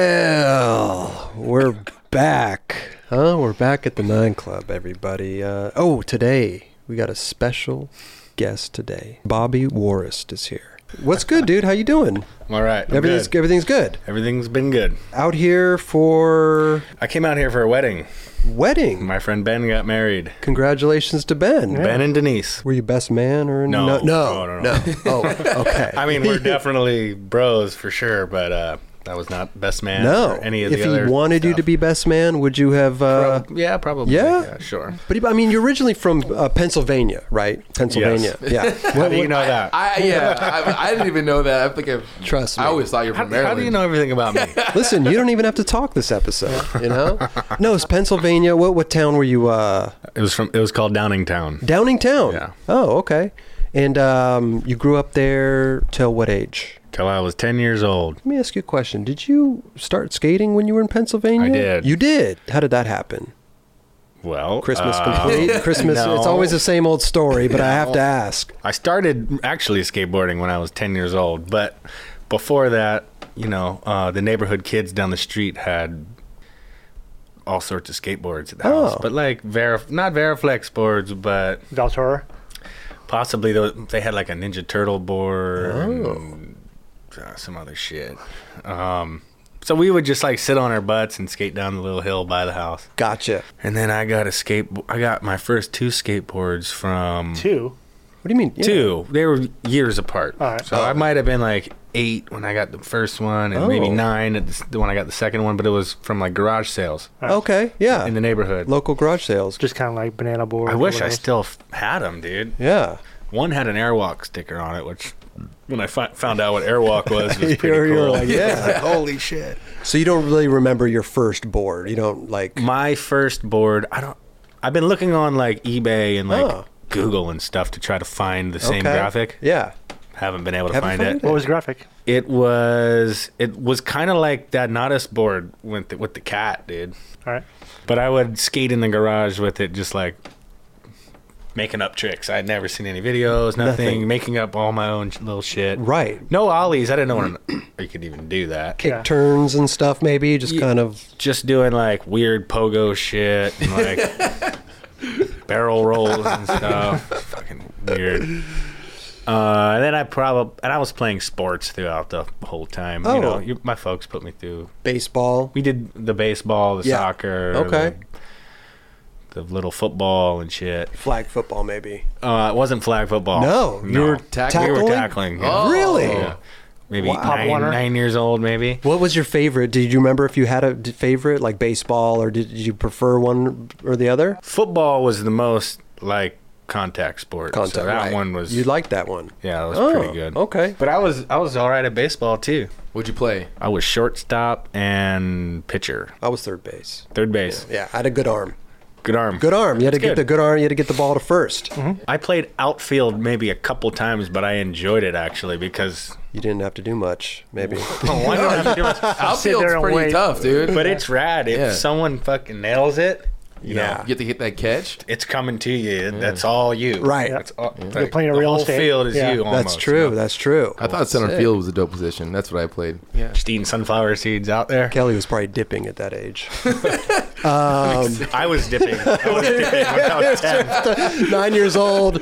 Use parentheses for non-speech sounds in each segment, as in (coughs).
Well, we're back, huh? We're back at the Nine Club, everybody. Uh, oh, today we got a special guest today. Bobby Warist is here. What's good, dude? How you doing? I'm all right. (laughs) I'm everything's good. everything's good. Everything's been good. Out here for I came out here for a wedding. wedding. My friend Ben got married. Congratulations to Ben. Ben and Denise. Were you best man or No. no? No, No, no, no. no. Oh, okay. (laughs) (laughs) I mean, we're definitely bros for sure, but uh, that was not best man. no. or any of if the other. he wanted you to be best man, would you have? Uh, yeah, probably. Yeah? sure. but he- I mean, you're originally from uh, Pennsylvania, right? Pennsylvania. (laughs) Yeah. How do you know that? I yeah, I, I didn't even know that. I think I've Trust me. I always thought you were how, from how Maryland. do you know everything about me? Listen, you don't even have to talk this episode, you know? No, it's Pennsylvania. What what town were you uh (laughs) it was from. It was called Downingtown. Downingtown. Yeah. Oh, okay. And um you grew up there till what age? Till I was ten years old. Let me ask you a question. Did you start skating when you were in Pennsylvania? I did. You did. How did that happen? Well, Christmas uh, (laughs) complete. Christmas. no. It's always the same old story, but I have to ask. I started actually skateboarding when I was 10 years old, but before that, you know, uh, the neighborhood kids down the street had all sorts of skateboards at the house, Oh. but like Vera, not Veriflex boards, but Veltura. possibly tho- they had like a Ninja Turtle board, and, uh, some other shit. Um, so we would just like sit on our butts and skate down the little hill by the house. Gotcha. And then I got a skate, I got my first two skateboards from Two. What do you mean? Yeah. two. They were years apart. All right. So I might have been like eight when I got the first one, and Oh. maybe nine at the, s- when I got the second one. But it was from like garage sales Okay. Yeah. in the neighborhood. Local garage sales. Just kind of like banana board. I or wish I whatever. still f- had them, dude. Yeah. One had an Airwalk sticker on it, which when I fi- found out what Airwalk was, (laughs) it was pretty You're- cool. you're like, yeah. (laughs) Like, holy shit! So you don't really remember your first board. You don't like My first board, I don't. I've been looking on like eBay and like Oh. Google and stuff to try to find the same Okay. graphic. Yeah. Haven't been able to Haven't find found it? it. What was the graphic? It was it was kind of like that Nadas board with the, with the cat, dude. All right. But I would skate in the garage with it, just like making up tricks. I'd never seen any videos, nothing, Nothing. making up all my own sh- little shit. Right. No ollies. I didn't know when (clears throat) you could even do that. Kick Yeah. turns and stuff, maybe just kind of. Just doing like weird pogo shit and (laughs) like barrel rolls and stuff. Fucking weird. Uh, and then I probably and I was playing sports throughout the whole time. Oh. You know, you, my folks put me through Baseball. we did the baseball, the Yeah. soccer, Okay. the, the little football and shit. Flag football, maybe. Uh, it wasn't flag football. No, you were We were tackling? tackling. yeah. Oh. Really? Yeah. Maybe Wow. Pop nine, Warner? nine years old, maybe. What was your favorite? Did you remember if you had a d- favorite, like baseball, or did you prefer one or the other? Football was the most like contact sport. so Contact. that right. one was. You liked that one? Oh, yeah, that was pretty good. Okay. But I was I was all right at baseball too. Would you play? I was shortstop and pitcher, I was third base. third base. Yeah, I had a good arm. Good arm. Good arm. You had to That's get the good. good arm. You had to get the ball to 1st I played outfield maybe a couple times, but I enjoyed it (laughs) actually because You didn't have to do much, (laughs) maybe. Why do I have (laughs) to do it? sit there Outfield's and pretty wait. tough, (laughs) dude. But it's rad. If Yeah. someone fucking nails it, you Yeah. know, you get to hit that catch. it's coming to you. That's all you. Right. That's all, like, You're playing a real the whole estate. field is Yeah. you. Almost, That's true. That's true. I thought center Sick. field was a dope position. That's what I played. Yeah. Just eating sunflower seeds (laughs) out there. Kelly was probably dipping at that age. (laughs) I was dipping. I (laughs) was dipping when I was 10. Nine years old,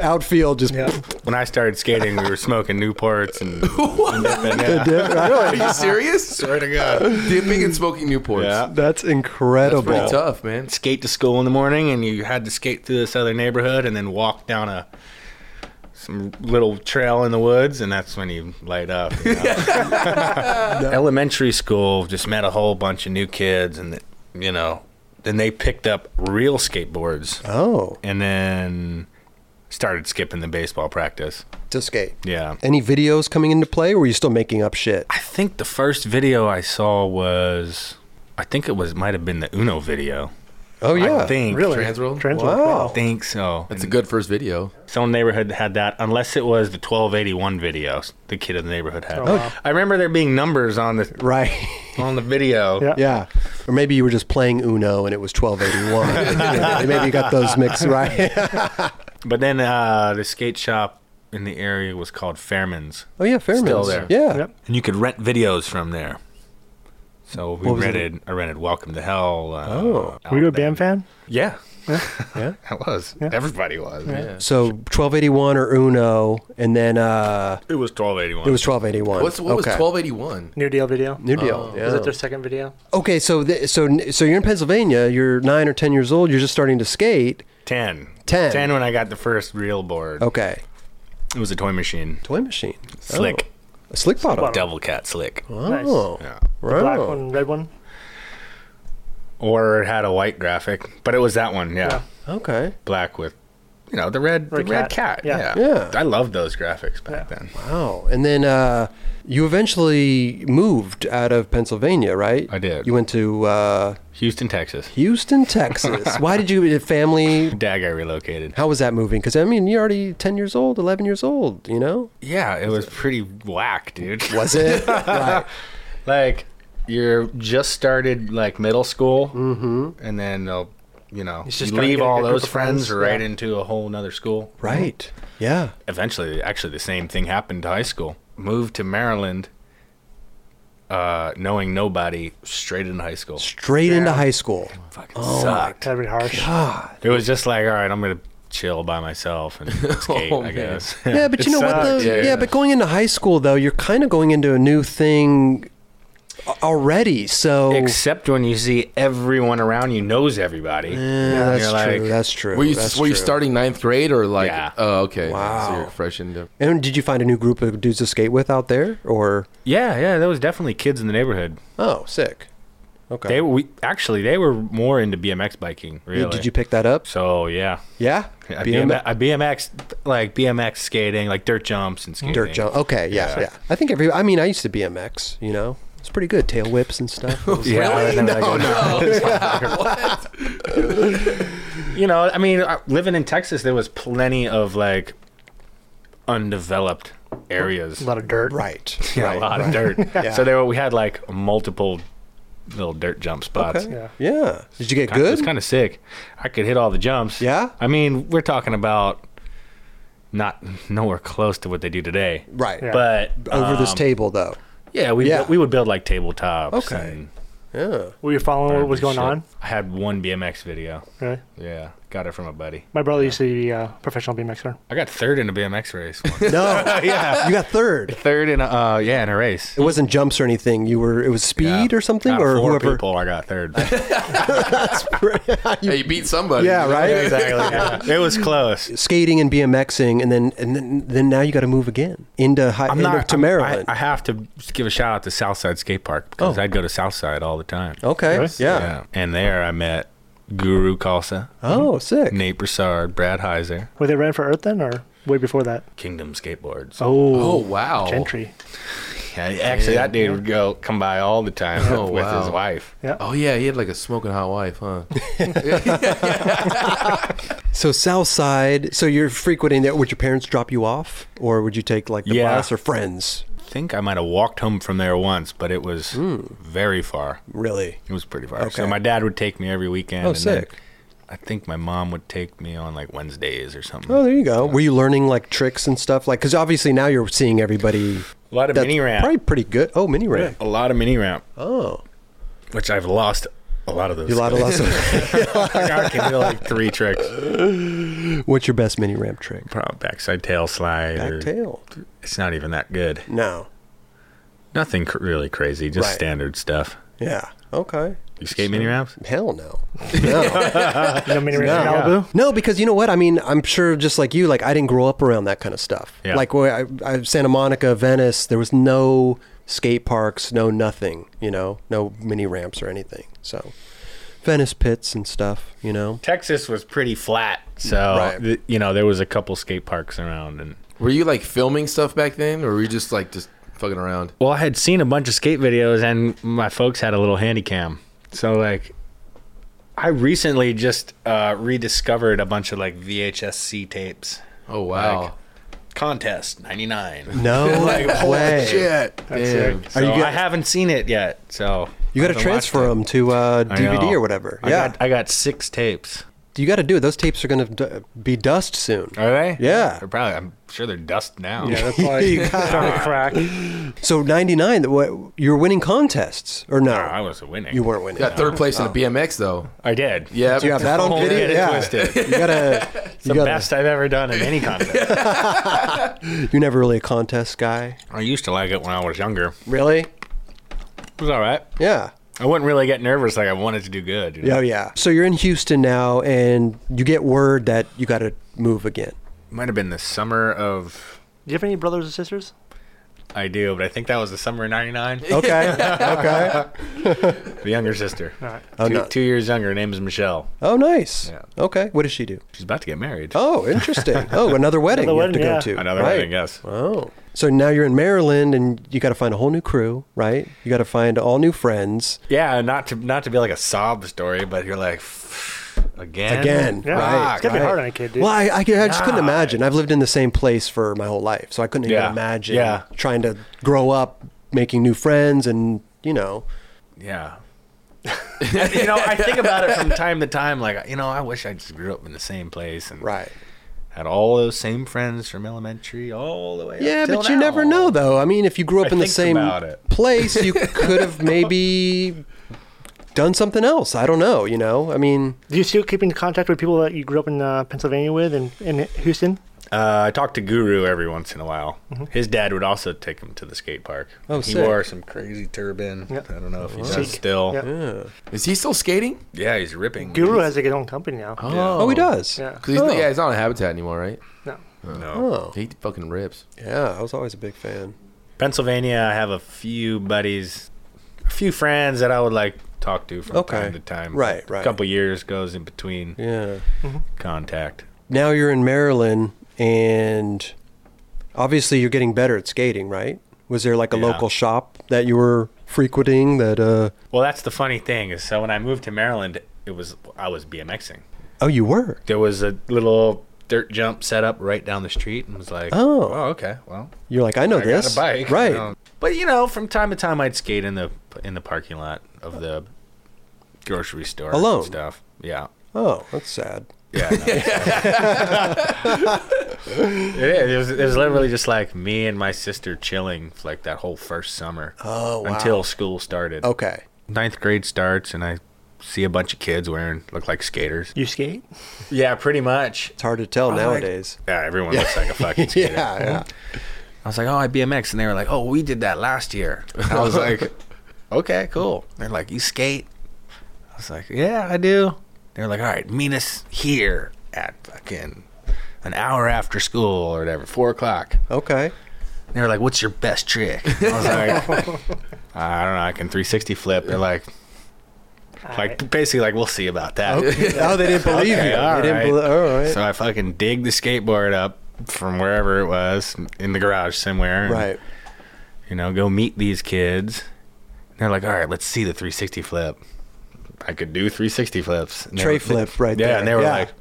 outfield, just (laughs) Yeah. When I started skating, we were smoking Newports and, and dipping. (laughs) Yeah. dip, right? (laughs) Are you serious? Swear to God. (laughs) Dipping and smoking Newports. Yeah. That's incredible. Pretty tough, man. Skate to school in the morning, and you had to skate through this other neighborhood, and then walk down a some little trail in the woods, and that's when you light up. you know? Elementary school just met a whole bunch of new kids, and you know, then they picked up real skateboards, Oh, and then started skipping the baseball practice. to skate. Yeah, Any videos coming into play, or were you still making up shit? I think the first video I saw was, I think it was might have been the Uno video. Oh yeah, I think Really? Transworld? Transworld. Wow. I think so. That's a good first video. Some neighborhood had that, unless it was the 1281 video the kid in the neighborhood had. Oh, wow. I remember there being numbers on the right? (laughs) on the video. Yeah. yeah, or maybe you were just playing Uno and it was twelve eighty (laughs) one. (laughs) Maybe you got those mixed right. But then uh, the skate shop in the area was called Fairman's, oh yeah, Fairman's Still there. Yeah, Yep. and you could rent videos from there. So we What was it? rented. I rented Welcome to Hell. Uh, Oh. out Were you a there. Bam fan? Yeah, Yeah. (laughs) I was. Yeah. Everybody was. Yeah. So 1281 or Uno, and then uh, It was twelve eighty one. it was 1281. What's what was Okay. twelve eighty one? New Deal video. New deal. Oh. yeah. Was that their second video? okay, so th- so so you're in Pennsylvania. You're nine or ten years old. You're just starting to skate. ten. 10. Ten when I got the first real board. Okay, It was a toy machine. toy machine. Slick. Oh. A slick bottom. bottom. Devil cat slick. Nice. Oh, Yeah. right. Black one, red one. Or it had a white graphic, but it was that one. Yeah. Yeah. Okay. Black with, you know, the red, Red the red cat. cat. Yeah. Yeah. Yeah. I loved those graphics back Yeah. then. Wow. And then uh, you eventually moved out of Pennsylvania, right? I did. You went to uh, Houston, Texas. Houston, (laughs) Texas. Why did you? did Family. Dag, I relocated. How was that moving? Because I mean, you're already ten years old, eleven years old. You know, Yeah, it was pretty whack, dude. (laughs) was it? (laughs) right. like you're just started like middle school, mm-hmm. and then they'll, you know, It's just you trying to leave get a all good group those of friends, friends right yeah. into a whole nother school. Right. Yeah. Eventually, actually, the same thing happened to high school. Moved to Maryland, uh, knowing nobody, straight into high school. Straight into high school. Fucking Oh sucked. That'd be harsh. God. It was just like, all right, I'm gonna chill by myself and skate, Oh, I man. guess. Yeah, but you know what? Though? sucked, Yeah, yeah. but going into high school though, you're kind of going into a new thing a- already. So Except when you see everyone around you knows everybody. yeah, And that's you're true. like, that's true. Were you that's were you true. starting ninth grade or like? Yeah. Oh, okay. Wow. So you're fresh into. And did you find a new group of dudes to skate with out there, or Yeah, yeah, there was definitely kids in the neighborhood. oh, sick? Okay. They we actually they were more into BMX biking. Really? Did you pick that up? So yeah, Yeah. I BM- BMX, I BMX like BMX skating, like dirt jumps and skating. dirt jump. Okay. Yeah, yeah. I think every. I mean, I used to BMX. You know, it's pretty good. Tail whips and stuff. It was- Yeah, (laughs) I Really? never like No, it. no. You know, I mean, I- living in Texas, there was plenty of like undeveloped areas. A lot of dirt. right. yeah, right. (laughs) a lot of dirt. (laughs) So there were, we had like multiple little dirt jump spots. Okay. Yeah. Yeah. Did you get Kind- It was good? kind of sick. I could hit all the jumps. Yeah? I mean, we're talking about not nowhere close to what they do today. Right. Yeah. But Over this um, table though. yeah, we Uh, Yeah. we would build like tabletops. Okay. and Yeah. Were you following what was shit. going on? I had one BMX video. Really? Yeah, got it from a buddy. My brother used to be a professional BMXer. I got third in a BMX race. Once. No. (laughs) yeah, You got third. third in a uh, yeah in a race. It wasn't jumps or anything. You were. It was speed Yeah. or something Out of or four whoever. (laughs) people, I got third. (laughs) Hey, you beat somebody. Yeah. Right. exactly. It was (laughs) close. Skating and BMXing, and then and then, then now you got to move again into high, into, to I'm- Maryland. Oh. I, I have to give a shout out to Southside Skate Park because I'd go to Southside all the time. okay. Really? Yeah. And there I met Guru Khalsa, Oh, sick. Nate Broussard, Brad Heiser, Were they ran for Earth then, or way before that? Kingdom Skateboards. Oh Oh, wow. Gentry. Yeah, actually, that dude would go come by all the time Oh, with wow. his wife. Yeah. Oh yeah, he had like a smoking hot wife, (laughs) huh? So South Side. So you're frequenting there. Would your parents drop you off, or would you take like the Yeah. bus or friends? I think I might have walked home from there once, but it was Hmm. very far. Really? It was pretty far. So Okay. my dad would take me every weekend. Oh, and then sick. I think my mom would take me on like Wednesdays or something. Oh, there you go. Were you learning like tricks and stuff? Like, because obviously now you're seeing everybody. a lot of mini ramp. Probably pretty good. Oh, mini ramp. A lot of mini ramp, Oh, which I've lost a lot of those. you lot of lots of. (laughs) (laughs) I can do like three tricks. What's your best mini ramp trick? Probably backside tail slide. Back or- tail. It's not even that good. No. Nothing cr- really crazy, just Right. standard stuff. Yeah. Okay. You skate mini ramps? Hell no. No. You know, mini race in Malibu. no, because you know what? I mean, I'm sure just like you, like I didn't grow up around that kind of stuff. Yeah. Like where I, I, Santa Monica, Venice, there was no skate parks, no nothing, you know, no mini ramps or anything. So Venice pits and stuff, you know. Texas was pretty flat, so Right. th- you know there was a couple skate parks around, and Were you like filming stuff back then, or were you just like just fucking around? well, I had seen a bunch of skate videos, and my folks had a little handy cam, so like. I recently just uh, rediscovered a bunch of like VHSC tapes. Oh wow. Like, Contest (laughs) 99. No way. Shit. Damn. So you I got- haven't seen it yet, so You got to I've been transfer watching it. them to uh, I DVD know. or whatever. I yeah. got, I got six tapes. you got to do it. Those tapes are going to d- be dust soon. Are they? Yeah. They're probably. I'm sure they're dust now. Yeah, (laughs) that's (laughs) why You got- trying to crack. So ninety nine. What you're winning contests or no? No, I was winning. you weren't winning. Got third place in a BMX though. I did. Yeah, Do you have that (laughs) on Don't video? get it Yeah. twisted. You gotta. (laughs) It's You, the gotta best I've ever done in (laughs) any contest. you're never really a contest guy. I used to like it when I was younger. Really? It was all right. Yeah. I wouldn't really get nervous. Like I wanted to do good. you know? Yeah, yeah. So you're in Houston now, and you get word that you got to move (laughs) again. Might have been the summer of. Do you have any brothers or sisters? I do, but I think that was the summer (laughs) of '99. (laughs) Okay. okay. The younger sister. All right. Oh, Two- no. two years younger. Her name is Michelle. Oh, nice. Yeah. Okay. What does she do? She's about to get married. Oh, interesting. Oh, another wedding Another you wedding, yeah. have to go to. Another right? wedding, yes. Oh. So now you're in Maryland, and you got to find a whole new crew, right? You got to find all new friends Yeah, not to not to be like a sob story, but you're like again, again. Yeah. Right. it's gonna be right. hard on a kid, dude. Well, I, I, I just couldn't God. imagine. I've lived in the same place for my whole life, so I couldn't Yeah. even imagine Yeah. trying to grow up, making new friends, and you know, (laughs) Yeah. you know, I think about it from time to time. Like, you know, I wish I just grew up in the same place and right. had all those same friends from elementary all the way. up Yeah, till but you now. never know, though. I mean, if you grew up I in the think same about it. place, you could have maybe done something else. I don't know. You know, I mean, Do you still keep in contact with people that you grew up in uh, Pennsylvania with and in Houston? Uh, I talked to Guru every once in a while. Mm-hmm. His dad would also take him to the skate park. Oh, he sick. wore some crazy turban. Yep. I don't know if he does Chic. still. Yep. Is he still skating? Yeah, he's ripping. Guru has like, his own company now. oh, he does. Yeah. 'Cause he's- Oh. Yeah, he's not in Habitat anymore, right? No. No. Oh, He fucking rips. yeah. I was always a big fan. Pennsylvania, I have a few buddies, a few friends that I would like talk to from Okay. time to time. Right, right. A couple years goes in between Yeah. contact. Now you're in Maryland, and obviously you're getting better at skating, right? Was there like a Yeah. local shop that you were frequenting that? uh Well, that's the funny thing is, so when I moved to Maryland, it was I was BMXing. Oh, you were. There was a little dirt jump set up right down the street, and was like, Oh. okay, well, You're like, I know I this. got a bike, right? Um, but you know, from time to time, I'd skate in the in the parking lot of the grocery store and Alone? stuff. Yeah. Oh, that's sad. Yeah. no. (laughs) it, is. it, was, it was literally just like me and my sister chilling for like that whole first summer. Oh, wow. Oh. Until school started. Okay. Ninth grade starts, and I see a bunch of kids wearing, look like skaters. You skate? Yeah, pretty much. It's hard to tell (laughs) nowadays. Mm-hmm. Yeah, everyone looks like a fucking (laughs) skater. Yeah, yeah. I was like, oh, I BMX. And they were like, oh, we did that last year. I was like, okay, cool. They're like, you skate? I was like, yeah, I do. They're like, all right, meet us here at fucking an hour after school or whatever, four o'clock. (laughs) Okay. They were like, what's your best trick? I was like, I don't know, I can 360 flip. They're like, like basically like we'll see about that. oh, they didn't believe Okay, you. all they didn't right. believe. All right. (laughs) So I fucking dig the skateboard up from wherever it was in the garage somewhere. and right. you know, go meet these kids. And they're like, all right, let's see the 360 flip. I could do 360 flips. And they Tray were- flip right yeah, there. and they were Yeah. like,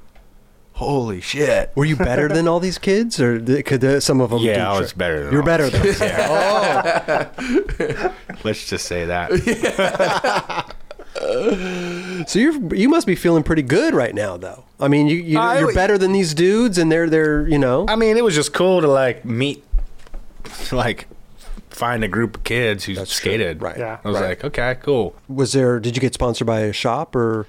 holy shit. Were you better than all these kids, or th- could uh, some of them? do Yeah, I tri- was better than You're all better these than. Oh, kids. Let's just say that. (laughs) so you're you must be feeling pretty good right now, though. I mean, you, you I- you're better than these dudes, and they're they're you know. I mean, it was just cool to like meet, like find a group of kids who true. skated. Right. Yeah. I was right. like, okay, cool. was there? Did you get sponsored by a shop or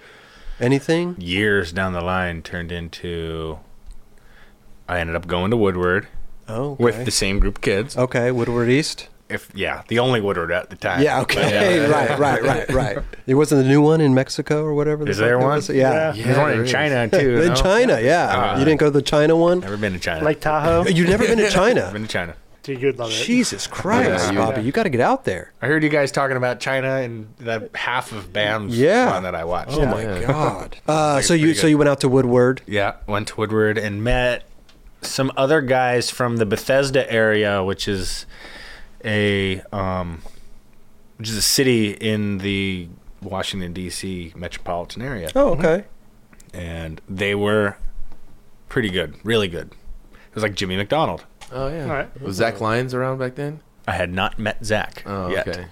anything? Years down the line turned into, I ended up going to Woodward Oh, okay. with the same group of kids. okay Woodward East. If yeah, the only Woodward at the time. Yeah. But, uh, Okay. (laughs) yeah. right. (laughs) Right. Right. Right. There wasn't the new one in Mexico or whatever. the Is fuck there it one? was? Yeah. Yeah. There's one there in is. China too. In no? China, yeah. Ah. you didn't go to the China one? Never been to China. (laughs) Lake Tahoe? You've never (laughs) been to China. I've been to China. Dude, you'd love it. Jesus Christ, Yeah, you- Bobby, you got to get out there. I heard you guys talking about China and that half of BAM's Yeah. one that I watched. Oh my (laughs) Yeah. God. Uh, so you pretty so you went out to Woodward. Yeah, went to Woodward and met some other guys from the Bethesda area, which is a um, which is a city in the Washington D.C. metropolitan area, Oh, okay. and they were pretty good, really good. It was like Jimmy McDonald. Oh yeah. All right. Was Zach Lyons around back then? I had not met Zach Oh, yet. okay.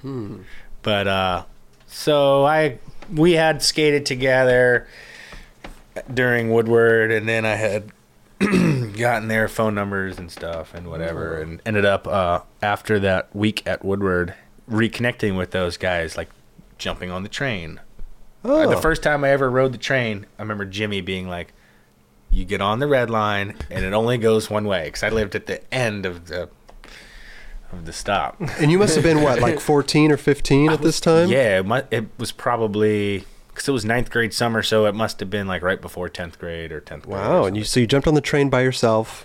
But uh so I we had skated together during Woodward, and then I had (clears throat) gotten their phone numbers and stuff and whatever, and ended up uh, after that week at Woodward reconnecting with those guys, like jumping on the train. Uh, Oh, The first time I ever rode the train, I remember Jimmy being like, "You get on the red line, and it only goes one way," because I lived at the end of the of the stop. and you must have been what, (laughs) like fourteen or fifteen at this time? Yeah, it, mu- it was probably because it was ninth grade summer, so it must have been like right before tenth grade or tenth. grade or Wow. And you so you jumped on the train by yourself.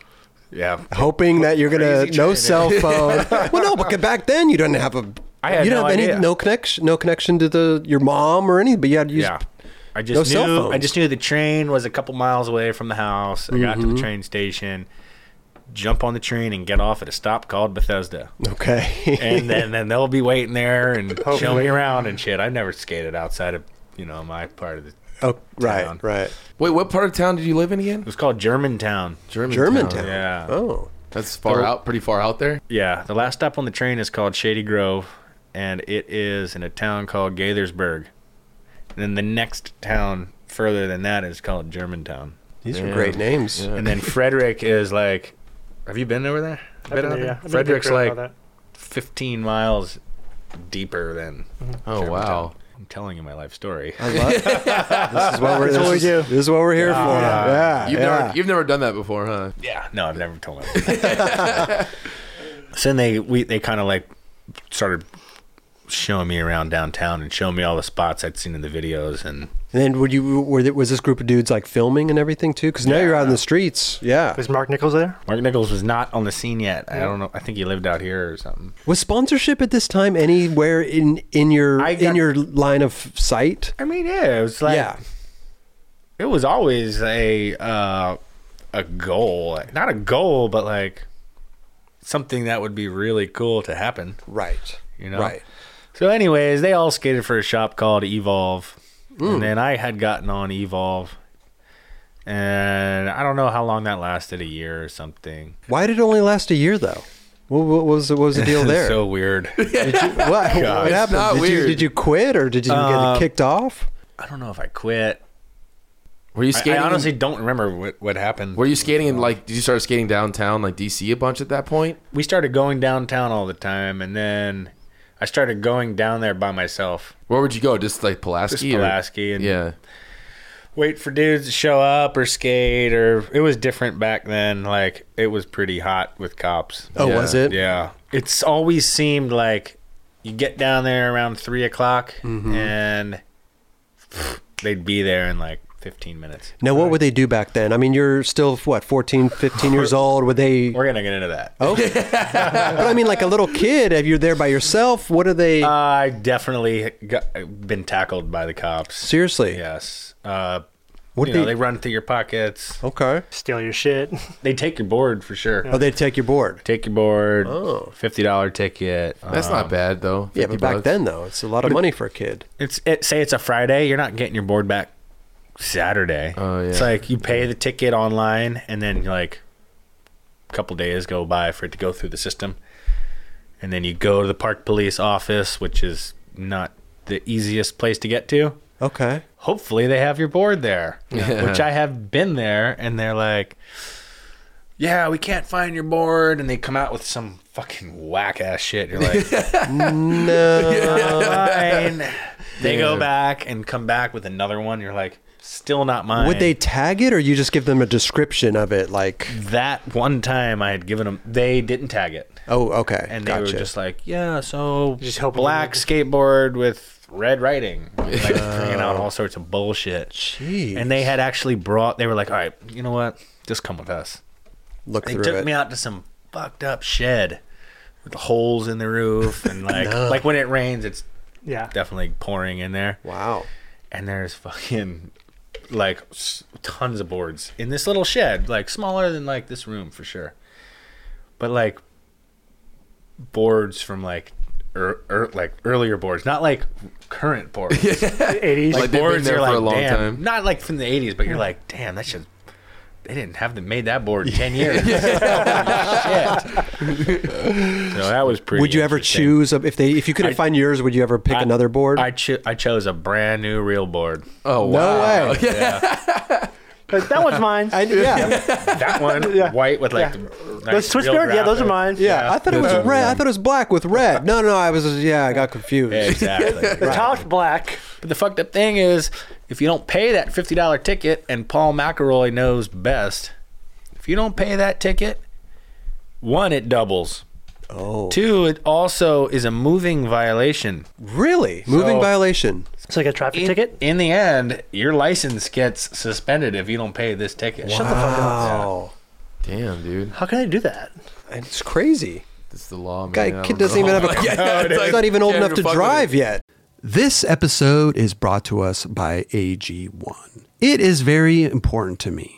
something. yeah, hoping that you're gonna Crazy no train. cell (laughs) phone. well, no, but back then you didn't have a. I had you didn't no have idea. any no connection, no connection to the your mom or anything. But (laughs) you had to use. yeah. I no just cell knew I phones. Mm-hmm. just knew the train was a couple miles away from the house. I got to the train station, jump on the train, and get off at a stop called Bethesda. (laughs) Okay. (laughs) and then, then they'll be waiting there and show me around and shit. I never skated outside of you know my part of the. oh, right, Town. right. Wait, what part of town did you live in again? It was called Germantown. Germantown. Yeah. Oh, That's far out, pretty far out there. Yeah, the last stop on the train is called Shady Grove, and it is in a town called Gaithersburg. And then the next town further than that is called Germantown. these are Yeah. great names. Yeah. And then Frederick is like, have you been over there? I've been out there, yeah. I've been to Frederick's Vancouver like and all that. 15 miles deeper than. Oh wow. I'm telling you my life (laughs) story. I love. this is (laughs) what we're. That's This, what we is, do. this is what we're here for. Yeah. You've yeah. never you've never done that before, huh? Yeah, no, I've never told him. (laughs) so then they we they kind of like started showing me around downtown and showing me all the spots I'd seen in the videos and and then would you? Were there, was this group of dudes like filming and everything too? Because now you're out in the streets. Yeah. Was Mark Nichols there? Mark Nichols was not on the scene yet. I don't know. I think he lived out here or something. Was sponsorship at this time anywhere in in your I in got- your line of sight? I mean, yeah, it was like yeah. it was always a uh, a goal, not a goal, but like something that would be really cool to happen. Right. You know, Right. So, anyways, they all skated for a shop called Evolve, Mm. and then I had gotten on Evolve, and I don't know how long that lasted—a year or something. Why did it only last a year though? What, what was what was the (laughs) (laughs) deal there? so weird. (laughs) Did you- what, what It's happened? not Did you, weird. did you quit or did you Uh, get kicked off? I don't know if I quit. Were you I- skating? I, in- honestly don't remember what, what happened. were you skating in like? Did you start skating downtown, like DC, a bunch at that point? we started going downtown all the time, and then I started going down there by myself, Where would you go? Just like Pulaski. just or- Pulaski, and Yeah. wait for dudes to show up or skate or it was different back then. Like it was pretty hot with cops. Oh, yeah, was it? Yeah. It's always seemed like you get down there around three o'clock Mm-hmm. and (sniffs) they'd be there in like 15 minutes. Now, what would they do back then? I mean, you're still what 14, 15 (laughs) years old. Would they? We're going to get into that. Okay. but I mean, like a little kid, if you're there by yourself, what are they? I definitely got, been tackled by the cops. seriously. Yes. Uh, What you do know, they- they run through your pockets. Okay. Steal your shit. (laughs) They take your board for sure. Oh, they'd take your board. Take your board. Oh. Fifty dollar ticket. Uh, That's not bad though. Um, Yeah, 50 but back bucks. then though, it's a lot of money for a kid. It's it, say it's a Friday. You're not getting your board back Saturday. Oh, yeah. It's like you pay the ticket online, and then like a couple days go by for it to go through the system, and then you go to the park police office, which is not the easiest place to get to. Okay. hopefully they have your board there Yeah. which i have been there and they're like yeah we can't find your board and they come out with some fucking whack ass shit you're (laughs) like No. "Mine." they go Yeah. back and come back with another one you're like still not mine Would they tag it, or you just give them a description of it? Like, that one time i had given them they didn't tag it oh, okay, and they gotcha. were just like yeah so Just hoping black they- skateboard with red writing like bringing out all sorts of bullshit Jeez. and they had actually brought they were like all right you know what just come with us look They through took it. me out to some fucked up shed with holes in the roof (laughs) and like like when it rains it's (laughs) Yeah. definitely pouring in there. Wow. And there's fucking like s- tons of boards in this little shed, like smaller than like this room for sure. But like boards from like er, er, like earlier boards, not like current (laughs) boards. Eighties. Like- they've been there you're for a long damn, time. Not like from the '80s, but you're like, damn, that should. They didn't have them made that board in ten years. Holy shit. So that was pretty. Would you ever interesting. choose a, if they if you couldn't I- find yours? Would you ever pick I- another board? (laughs) I cho- I chose a brand new real board. Oh no wow. way. Like, that one's mine. I, (laughs) yeah, yeah, That one, Yeah. white with like Yeah. the nice those Swiss real beard? Yeah, those are graphic. mine. I thought it was That's- red. I thought it was black with red. No, no, I was yeah, I got confused. Yeah, exactly. The top's black. But the fucked up thing is, if you don't pay that fifty dollar ticket, and Paul McElroy knows best, if you don't pay that ticket, one it doubles. Oh, Two, it also is a moving violation. really? Moving So- violation. It's like a traffic In, ticket. in the end, your license gets suspended if you don't pay this ticket. Shut the fuck up. Wow, Damn, dude. How can I do that? it's crazy. That's the law, man. I Guy don't kid doesn't know. even have (laughs) (laughs) a. Yeah, it's he's like, not even old can't enough to fuck with drive it. yet. This episode is brought to us by AG1. It is very important to me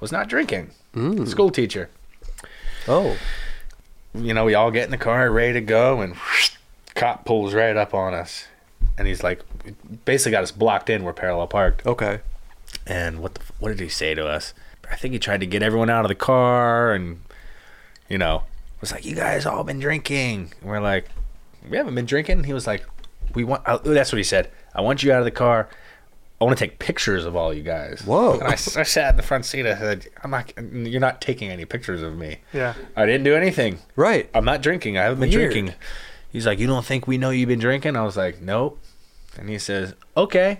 was not drinking. Mm. School teacher. Oh. you know, we all get in the car, ready to go, and (sniffs) cop pulls right up on us. And he's like, basically got us blocked in. We're parallel parked. Okay. And what the, f- what did he say to us? I think he tried to get everyone out of the car, and you know, was like, "You guys all been drinking." And we're like, "We haven't been drinking." He was like, "We want." I, that's what he said. I want you out of the car. I want to take pictures of all you guys. Whoa. And I, s- I sat in the front seat. I said, "I'm not. You're not taking any pictures of me." Yeah. I didn't do anything. Right. I'm not drinking. I haven't been Weird. drinking. He's like, You don't think we know you've been drinking? I was like, Nope. And he says, Okay.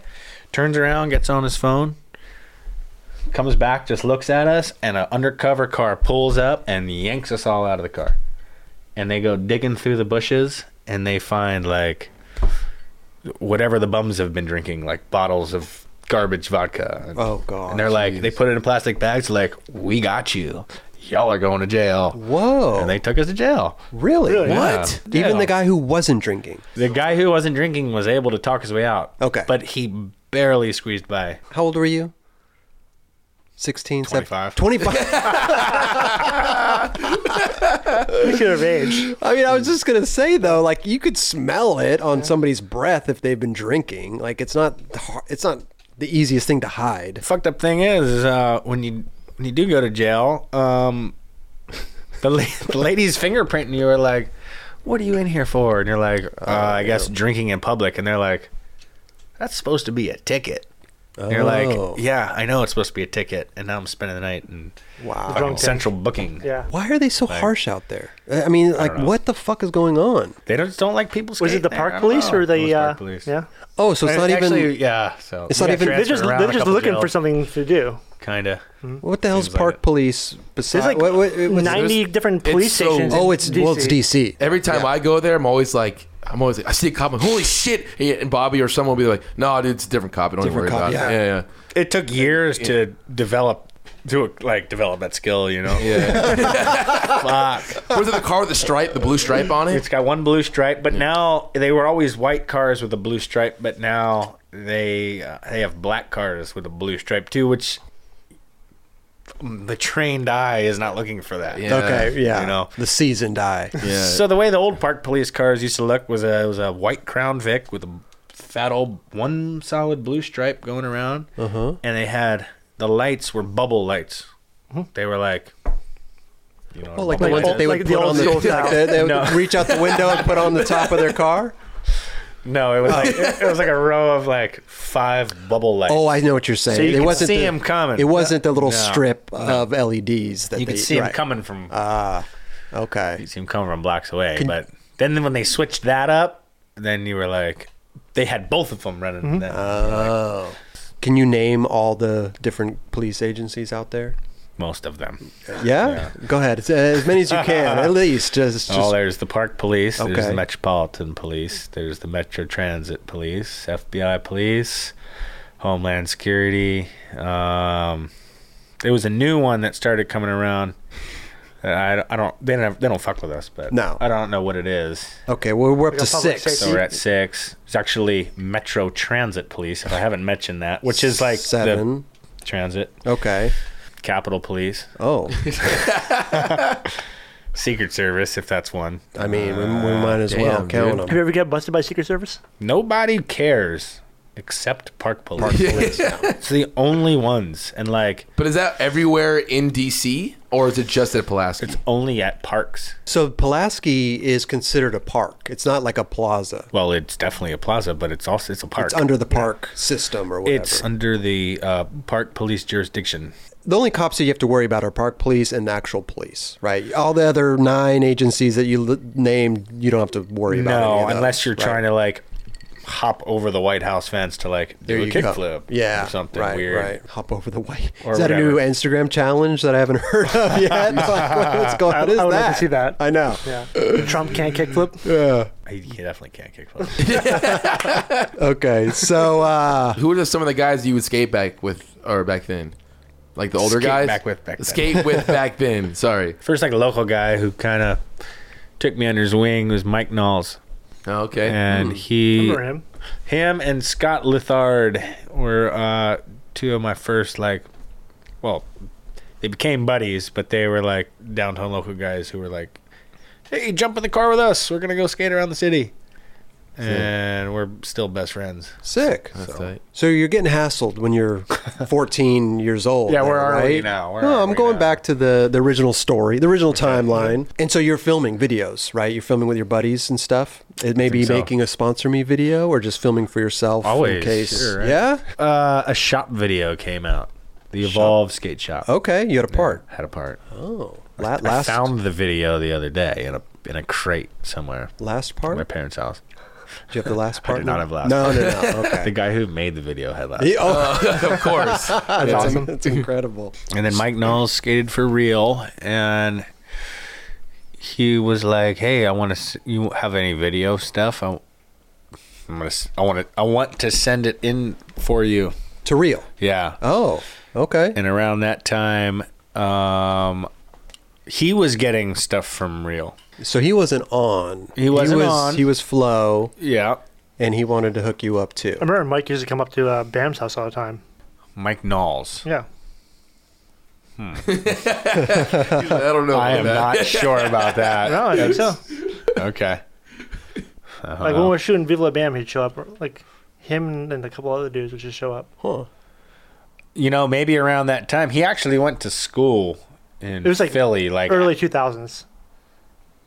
Turns around, gets on his phone, comes back, just looks at us, and an undercover car pulls up and yanks us all out of the car. And they go digging through the bushes and they find like whatever the bums have been drinking, like bottles of garbage vodka. And, Oh, God. And they're like, They put it in plastic bags, like, We got you. Y'all are going to jail. Whoa. And they took us to jail. really? Really? What? Yeah. Even Yeah. the guy who wasn't drinking. The guy who wasn't drinking was able to talk his way out. Okay. But he barely squeezed by. How old were you? 16, 25. (laughs) 25. Picture of age. I mean, I was just going to say though, like you could smell it on somebody's breath if they've been drinking. Like it's not har- it's not the easiest thing to hide. Fucked up thing is, is, uh, when you when you do go to jail, um, (laughs) the, la- the lady's fingerprinting you are like, "What are you in here for?" And you're like, uh, Oh, "I guess drinking in public." And they're like, "That's supposed to be a ticket." And You're Oh. like, "Yeah, I know it's supposed to be a ticket." And now I'm spending the night in Wow. fucking central booking. Yeah. Why are they so harsh out there? I I mean, like what the fuck is going on? They don't, just don't like people. Was it the skating there. I park don't police know. or It was the? Uh, park police. yeah. Oh, so it's not Actually, even yeah. So It's not even- They're just they're just looking for something to do. Kind of. what the hell's Seems like park it. police besides like Uh, what, what- what's- Ninety different police so- stations. in Oh, it's well, it's DC. Every time I go there, I'm always like, I'm always like, I see a cop, I'm like, holy shit! And Bobby or someone will be like, no, dude, it's a different cop. Don't even worry Different cop, about it. Yeah, yeah. It took years to develop, to like develop that skill. You know. Yeah. Fuck. Was it the car with the stripe, the blue stripe on It's it? got one blue stripe, but now they were always white cars with a blue stripe, but now they uh, they have black cars with a blue stripe too, which mm, the trained eye is not looking for that. Yeah. Okay, yeah. You know. the seasoned eye. Yeah. So the way the old park police cars used to look was a was a white Crown Vic with a fat old one solid blue stripe going around, uh-huh. and they had the lights were bubble lights. They were like, you know, Hmm. Oh, like the ones that they would like put the on old the school like (laughs) style. they, they would No. reach out the window and put on the top of their car. no, it was like it, it was like a row of like five bubble lights. Oh, I know what you're saying. So you it could wasn't see the, 'em coming. It wasn't the little No. strip of LEDs that you they, could see him right. coming from Ah, okay. you see him coming from blocks away. but then when they switched that up, then you were like, they had both of them running. Mm-hmm. Then. Uh, Oh, can you name all the different police agencies out there? most of them. Yeah? Go ahead. It's, uh, as many as you can, (laughs) at least. Just, oh, just there's the park police. There's Okay. the Metropolitan Police. There's the Metro Transit Police, FBI Police, Homeland Security. Um, there was a new one that started coming around. I, I don't. They don't. Have, they don't fuck with us. But No. I don't know what it is. okay, well, we're up Like to a public six. safety- So we're at six. It's actually Metro Transit Police. If I haven't mentioned that, which is like seven. the transit, Okay. Capitol Police, Oh, Secret Service, if that's one. I mean, we, we might as well Damn, count dude. Have (laughs) you them. ever got busted by Secret Service? Nobody cares except park police. It's the only ones, and like But is that everywhere in DC or is it just at Pulaski? it's only at parks. So Pulaski is considered a park. It's not like a plaza. Well, it's definitely a plaza, but it's also it's a park. It's under the park system or whatever. It's under the uh, park police jurisdiction. the only cops that you have to worry about are park police and actual police, right? All the other nine agencies that you l- named, you don't have to worry about. any No, of those, unless you're right? trying to like hop over the White House fence to like do There a you go. kickflip, yeah, or something right, weird. Right, hop over the white. Or is that a new whatever. Instagram challenge that I haven't (laughs) heard (laughs) of yet? Like, what- what's going? What I is would that? like to see that. I know. Yeah. Trump can't kickflip. He he definitely can't kickflip. (laughs) Okay, so uh, Who are some of the guys you would skate back with or back then? Like the older Skate guys? back with back then. Skate with back then. Sorry. First, like a local guy who kind of took me under his wing was Mike Knowles, Oh, okay. and Mm. he Remember him? Him and Scott Lithard were uh, two of my first like, well, they became buddies, but they were like downtown local guys who were like, "Hey, jump in the car with us. We're gonna go skate around the city," Hmm. and we're still best friends. sick. That's So. tight. so you're getting hassled when (laughs) you're 14 years old. Yeah, where then, are we right? now? Where no, are I'm we going now? back to the the original story, the original timeline. And so you're filming videos, right? You're filming with your buddies and stuff. It may be so. making a sponsor me video or just filming for yourself in Always, case. sure, right? Yeah. Uh, a shop video came out. The Evolve Skate Shop Okay, you had a part. had a part. Oh, la- I last found the video the other day in a in a crate somewhere last at my part. parents' house. Do you have the (laughs) last part? not have last No, no, (laughs) no. Okay. The guy who made the video (laughs) had last. He- (laughs) oh, (laughs) of course. that's awesome. That's incredible. And then Mike Knowles skated for real, and he was like, "Hey, I want to. You have any video stuff? I, I'm gonna. s- I want to. I want to send it in for you. To real. Yeah. Oh, (laughs) okay. And around that time, um, he was getting stuff from real. So he wasn't on. He wasn't was, on. He was flow, Yeah. and he wanted to hook you up (laughs) too. I remember Mike used to come up to uh, Bam's house all the time. Mike Knowles. Yeah. I don't know. I about am that. not sure about that. Oh, (laughs) No, I think so. Okay. Uh-huh. Like when we were shooting Viva La Bam, he'd show up. Like him and a couple other dudes would just show up. Huh. You know, maybe around that time, he actually went to school in It was like Philly, like Early 2000s.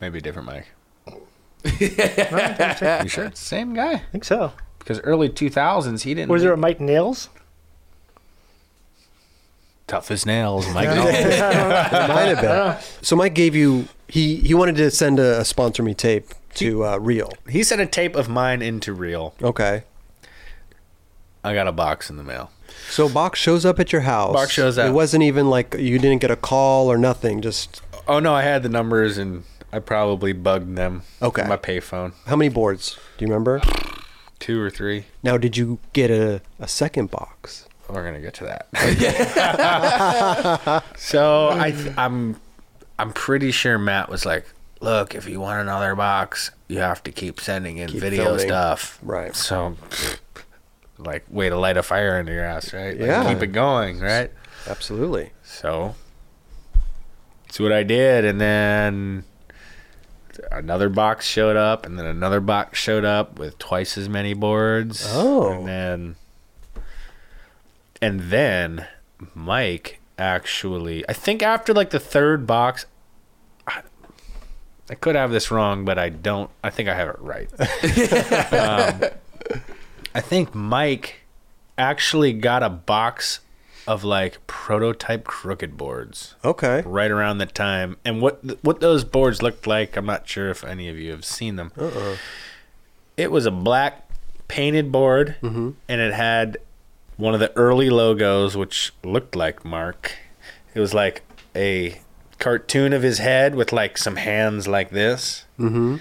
maybe a different Mike. No, I think so. You sure? It's the same guy. I think so. Because early 2000s, he didn't. Was there a Mike Nails? tough as nails, Mike? Knowles. It might have been. So Mike gave you. He he wanted to send a, a sponsor me tape to uh, real. he sent a tape of mine into Reel. Okay. I got a box in the mail. So Box shows up at your house. Bach shows up. It wasn't even like you didn't get a call or nothing. Just Oh no, I had the numbers and I probably bugged them. Okay. on My payphone, how many boards? Do you remember? two or three. Now, did you get a, a second box? We're gonna get to that. (laughs) so I, th- I'm, I'm pretty sure Matt was like, "Look, if you want another box, you have to keep sending in video filming. stuff." Right. So, like, way to light a fire under your ass, right? Like, Yeah. keep it going, right? Absolutely. So that's what I did, and then another box showed up, and then another box showed up with twice as many boards. Oh. and then and then Mike actually, I think after like the third box. I- I could have this wrong, but I don't. I think I have it right. Um, I think Mike actually got a box of like prototype crooked boards Okay. right around the time. And what th- what those boards looked like, I'm not sure if any of you have seen them. Uh-uh. It was a black painted board, and it had one of the early logos, which looked like Mark. It was like a cartoon of his head with like some hands like this, Mm-hmm.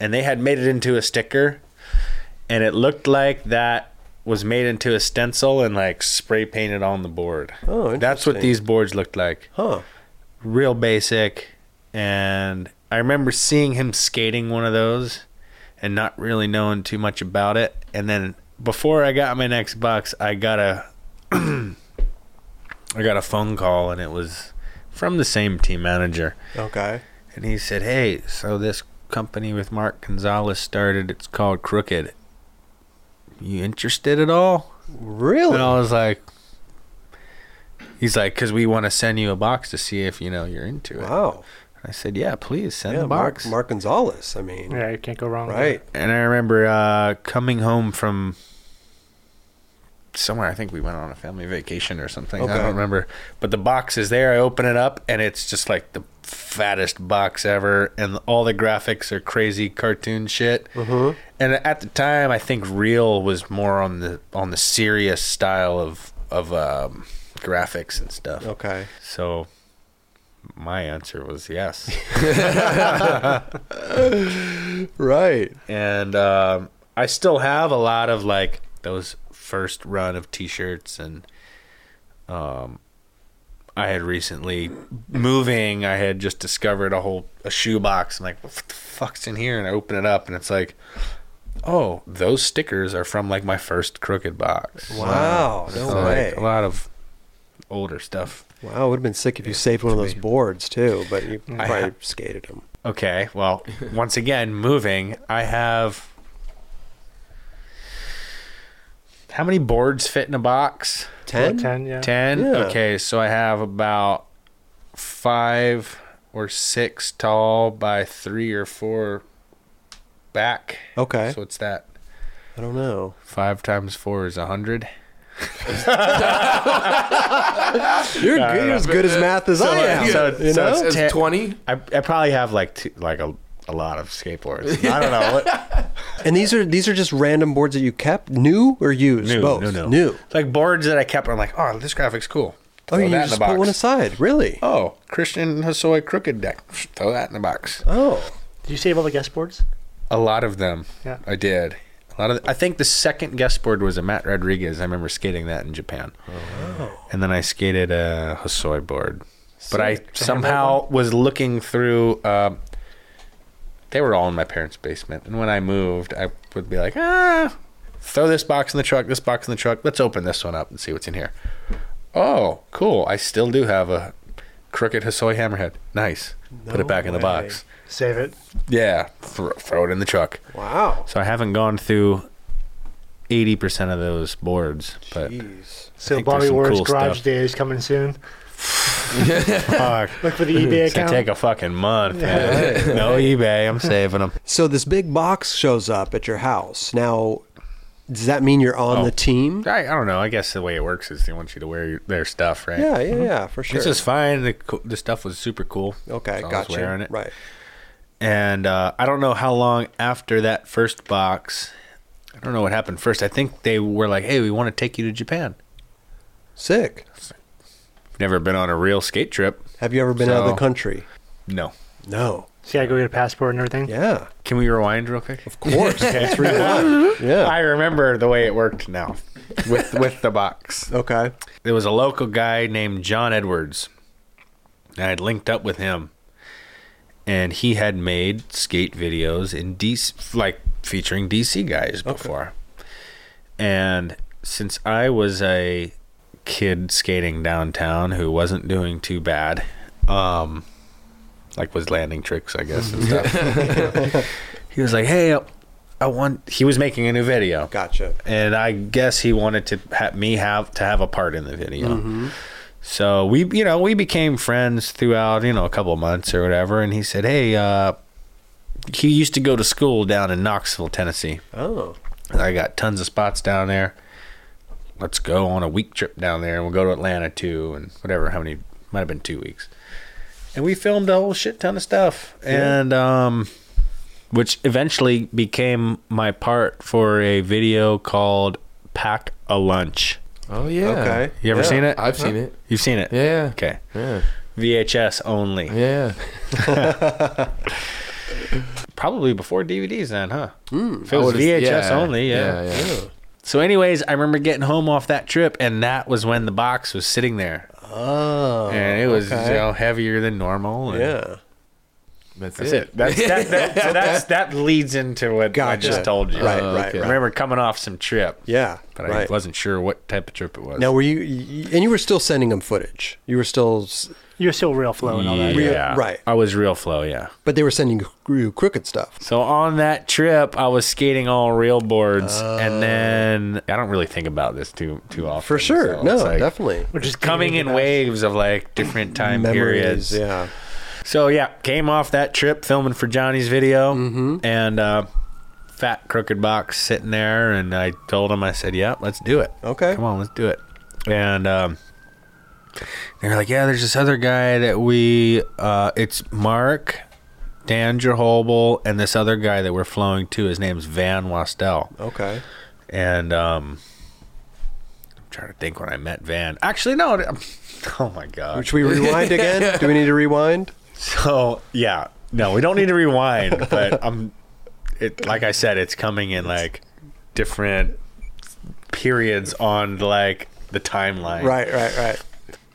and they had made it into a sticker, and it looked like that was made into a stencil and like spray painted on the board. Oh, That's what interesting. these boards looked like. Huh. Real basic, and I remember seeing him skating one of those, and not really knowing too much about it. And then before I got my next box, I got a (clears throat) I got a phone call, and it was from the same team manager. Okay. And he said, Hey, so this company with Mark Gonzalez started, it's called Crooked. You interested at all? Really? And I was like, He's like, Because we want to send you a box to see if, you know, you're into it. Wow. I said, Yeah, please send Yeah, the box. Mark, Mark Gonzalez. I mean, Yeah, you can't go wrong. with right. And I remember uh, coming home from somewhere. I think we went on a family vacation or something. I Okay. don't remember. But the box is there. I open it up, and it's just like the fattest box ever. And all the graphics are crazy cartoon shit. Mm-hmm. And at the time, I think real was more on the on the serious style of of um, graphics and stuff. Okay. So my answer was yes. Right. and um, I still have a lot of like those first run of T-shirts, and um, I had recently moving. I had just discovered a whole a shoebox. I'm like, what the fuck's in here? And I open it up, and it's like, oh, those stickers are from like my first crooked box. Wow. So, No way. like, a lot of older stuff. Wow. It would have been sick if you saved one of those boards too, but you (laughs) I probably ha- skated them. Okay, (laughs) well, once again, moving, I have. How many boards fit in a box? it. Ten? Ten, yeah. 10? Yeah. Okay, so I have about five or six tall by three or four back. Okay. So it's that. I don't know. Five times four is a 100. You're, you're as good as math as I am. so- you so know? it's- As Ten- twenty. (laughs) I, I probably have like two, like a, a lot of skateboards. I don't know. (laughs) What, and these are these are just random boards that you kept, new or used, New, both new, new. new. It's like boards that I kept. I'm like, oh, this graphic's cool. Oh, Throw you that in just the put box. one aside, really? Oh, Christian Hosoi crooked deck. Throw that in the box. Oh, Did you save all the guest boards? A lot of them. Yeah. I did. A lot of. I think the second guest board was a Matt Rodriguez. I remember skating that in Japan. Oh, And then I skated a Hosoi board. But I Sick. somehow was looking through. Um, they were all in my parents' basement, and when I moved, I would be like, ah, throw this box in the truck, this box in the truck. Let's open this one up and see what's in here. Oh, cool! I still do have a crooked Hosoi hammerhead. Nice. Put No it back in the way. box. Save it. Yeah, throw, throw it in the truck. wow. So I haven't gone through eighty percent of those boards, but Jeez. So think there's Bobby some Ward's cool garage stuff. day is coming soon. fuck, (laughs) Look for the eBay it's gonna account. take a fucking month. man. (laughs) no (laughs) eBay, I'm saving them. So this big box shows up at your house. Now, does that mean you're on Oh. the team? I, I don't know. I guess the way it works is they want you to wear your, their stuff, right? Yeah, yeah, yeah, for sure. Mm-hmm. This is fine. The, co- the stuff was super cool. okay, So I was gotcha. wearing it. Right. And uh, I don't know how long after that first box, I don't know what happened first. I think they were like, "Hey, we want to take you to Japan." Sick. Never been on a real skate trip. Have you ever been out of the So- country? No. No. So you gotta go get a passport and everything. Yeah. Can we rewind real quick? Of (laughs) course. Let's rewind. I Yeah. remember the way it worked now with with the box. Okay. There was a local guy named John Edwards. And I had linked up with him and he had made skate videos in DC like featuring DC guys before. And since I was a kid skating downtown who wasn't doing too bad, um like was landing tricks, I guess, (laughs) and stuff. (laughs) he was like, "Hey, I- I want." He was making a new video Gotcha. and I guess he wanted to have me have to have a part in the video. So we, you know, we became friends throughout, you know, a couple of months or whatever. And he said, "Hey, uh, he used to go to school down in Knoxville, Tennessee. Oh. I got tons of spots down there. Let's go on a week trip down there, and we'll go to Atlanta too, and whatever. How many might have been two weeks, and we filmed a whole shit ton of stuff, and um, which eventually became my part for a video called "Pack a Lunch." Oh yeah. Okay. You ever Yeah. seen it? I've seen it. You've seen it. Yeah. Okay. Yeah. VHS only. Yeah. Probably before DVDs then, huh? if it I was would've- VHS only, yeah. yeah, yeah. So, anyways, I remember getting home off that trip, and that was when the box was sitting there, Oh. and it was okay. you know heavier than normal. and- Yeah. That's, That's it. it. That's, (laughs) that, that, so that's, that leads into what I Gotcha. just told you. Right, Oh, right, okay. I right. remember coming off some trip, Yeah. but right. I wasn't sure what type of trip it was. Now, were you, y- and you were still sending them footage. You were still, s- You're still real flow and all that. Real- yeah, right. I was real flow, yeah. but they were sending you crooked stuff. So on that trip, I was skating all rail boards, and then I don't really think about this too too often. Uh. For sure. so no, it's like- definitely. Which is Coming in waves of like different time Memories. periods. Yeah. So yeah, came off that trip filming for Johnny's video, and uh, fat crooked box sitting there, and I told him, I said, "Yeah, let's do it. Okay. come on, let's do it." And um, they were like, "Yeah, there's this other guy that we, uh, it's Mark." Dan Jerhobel and this other guy that we're flowing to, his name's Van Wastel. Okay. And um, I'm trying to think when I met Van. Actually, no. (laughs) Oh my God. Should we (laughs) rewind again? Do we need to rewind? So yeah, no, we don't need to rewind, but I'm it like I said, it's coming in like different periods on like the timeline. Right, right, right.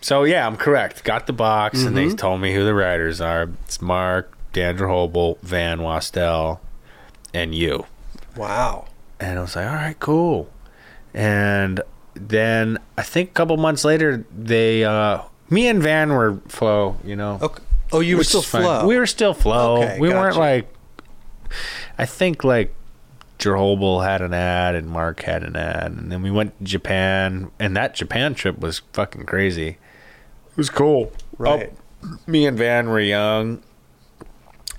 So yeah, I'm correct. Got the box, and they told me who the writers are. It's Mark, Dandra Hobel, Van Wastel, and you. Wow. And I was like, all right, cool. And then I think a couple months later, they, uh, me and Van were flow, you know. Okay. Oh, you were Which still is fine. flow. We were still flow. Okay, we weren't gotcha. like. I think like Jerhobel had an ad and Mark had an ad, and then we went to Japan, and that Japan trip was fucking crazy. It was cool. Right. Oh, me and Van were young.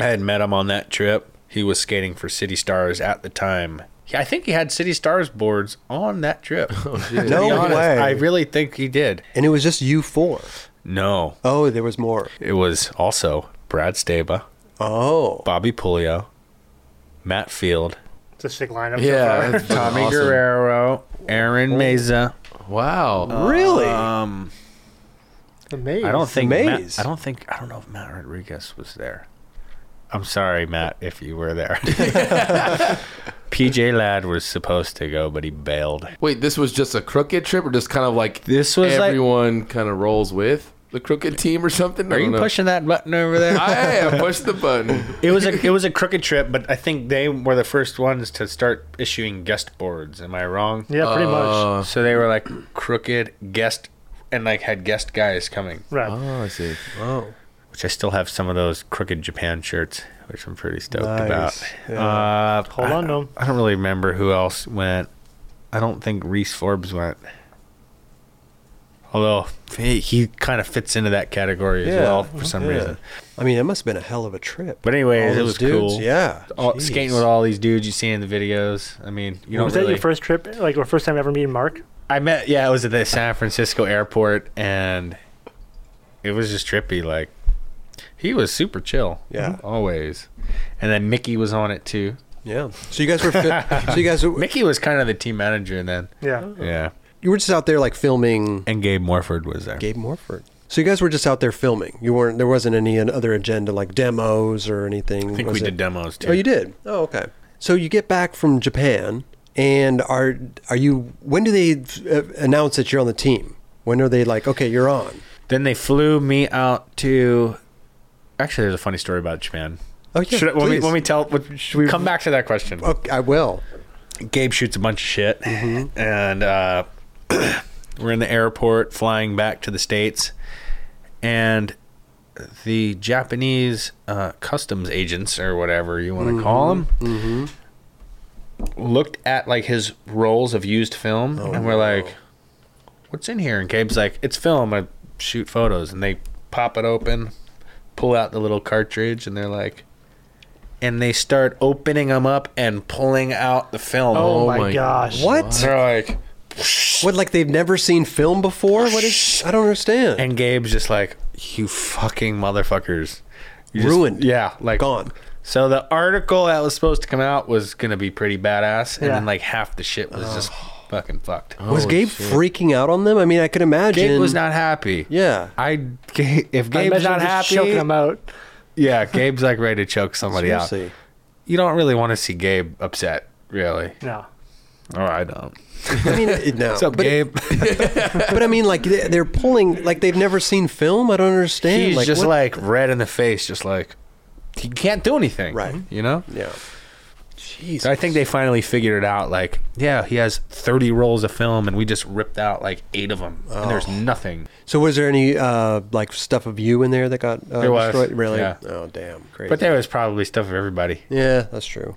I had met him on that trip. He was skating for City Stars at the time. He- I think he had City Stars boards on (laughs) that trip. Oh, To be No way. I really think he did. and it was just you four. No, Oh, there was more. it was also Brad Staba. Oh. Bobby Puglio, Matt Field, It's a sick lineup. Yeah, So that's far. (laughs) fucking Tommy awesome. Guerrero, Aaron Meza. Wow. Oh, Really? Um, Amazing. I don't think Matt, Maze. I don't think I don't know if Matt Rodriguez was there. I'm sorry, Matt, if you were (laughs) there. PJ Ladd was supposed to go, but he bailed. Wait, this was just a crooked trip, or just kind of like This was like- everyone kind of rolls with the crooked team or something? I Are don't you know. pushing that button over there? (laughs) I am. Push the button. it was a it was a crooked trip, but I think they were the first ones to start issuing guest boards. Am I wrong? Yeah, pretty much. Uh, So they were like crooked guest, and like had guest guys coming. Right. oh, I see. Oh. which I still have some of those crooked Japan shirts, which I'm pretty stoked Nice, about. yeah. Uh, Hold I, on to 'em. I don't really remember who else went. I don't think Reese Forbes went. Although he, he kind of fits into that category as Yeah. well for some Yeah. reason. I mean, it must have been a hell of a trip. But anyways, All it those was dudes, cool. Yeah. All, Jeez. skating with all these dudes you see in the videos. I mean, you don't was really. that your first trip, like, or first time ever meeting Mark? I met yeah, I was at the San Francisco airport and it was just trippy. Like he was super chill. Yeah. Always. And then Mickey was on it too. Yeah. So you guys were. Fi- so you guys (laughs) were, Mickey was kind of the team manager then. Yeah. Yeah. you were just out there like filming And Gabe Morford was there. Gabe Morford. So you guys were just out there filming. You weren't. There wasn't any uh, other agenda like demos or anything. I think we was did it? demos too. Oh, you did. Oh, okay. So you get back from Japan, and are are you? When do they uh, announce that you're on the team? When are they like, okay, you're on? Then they flew me out to Actually there's a funny story about Japan. Oh, yeah, Should I, when, we, please. when we tell what, should we come back to that question? Okay, I will. Gabe shoots a bunch of shit, and uh, we're in the airport flying back to the states, and the Japanese uh, customs agents or whatever you want to Mm-hmm. 'em call them looked at like his rolls of used film, Oh, and we're like, "What's in here?" And Gabe's like, "It's film. I shoot photos." And they pop it open, pull out the little cartridge, and they're like. And they start opening them up and pulling out the film. Oh, Oh my, my gosh. What? They're like, What? Like they've never seen film before? What is? I don't understand. and Gabe's just like, you fucking motherfuckers, You just- Ruined. yeah, like Gone. So the article that was supposed to come out was gonna be pretty badass, and Yeah. then like half the shit was just fucking fucked. was Gabe freaking out on them? I mean, I could imagine. Gabe was not happy. Yeah. I Ga- if I Gabe's imagine not just happy, choking him out. yeah, Gabe's like ready to choke somebody out. Seriously. You don't really want to see Gabe upset, really. No. Or I don't. I mean, it, (laughs) no. What's up, but, Gabe? but I mean, like they- they're pulling like they've never seen film. I don't understand. He's like, just what- like red in the face, just like he can't do anything. Right. You know. yeah. Jeez. So I think they finally figured it out. Like, yeah, he has 30 rolls of film, and we just ripped out like eight of them, and there's Oh. nothing. So was there any uh, like stuff of you in there that got uh, There was, destroyed? Really? yeah. Oh damn! Crazy. But there was probably stuff of everybody. yeah, that's true.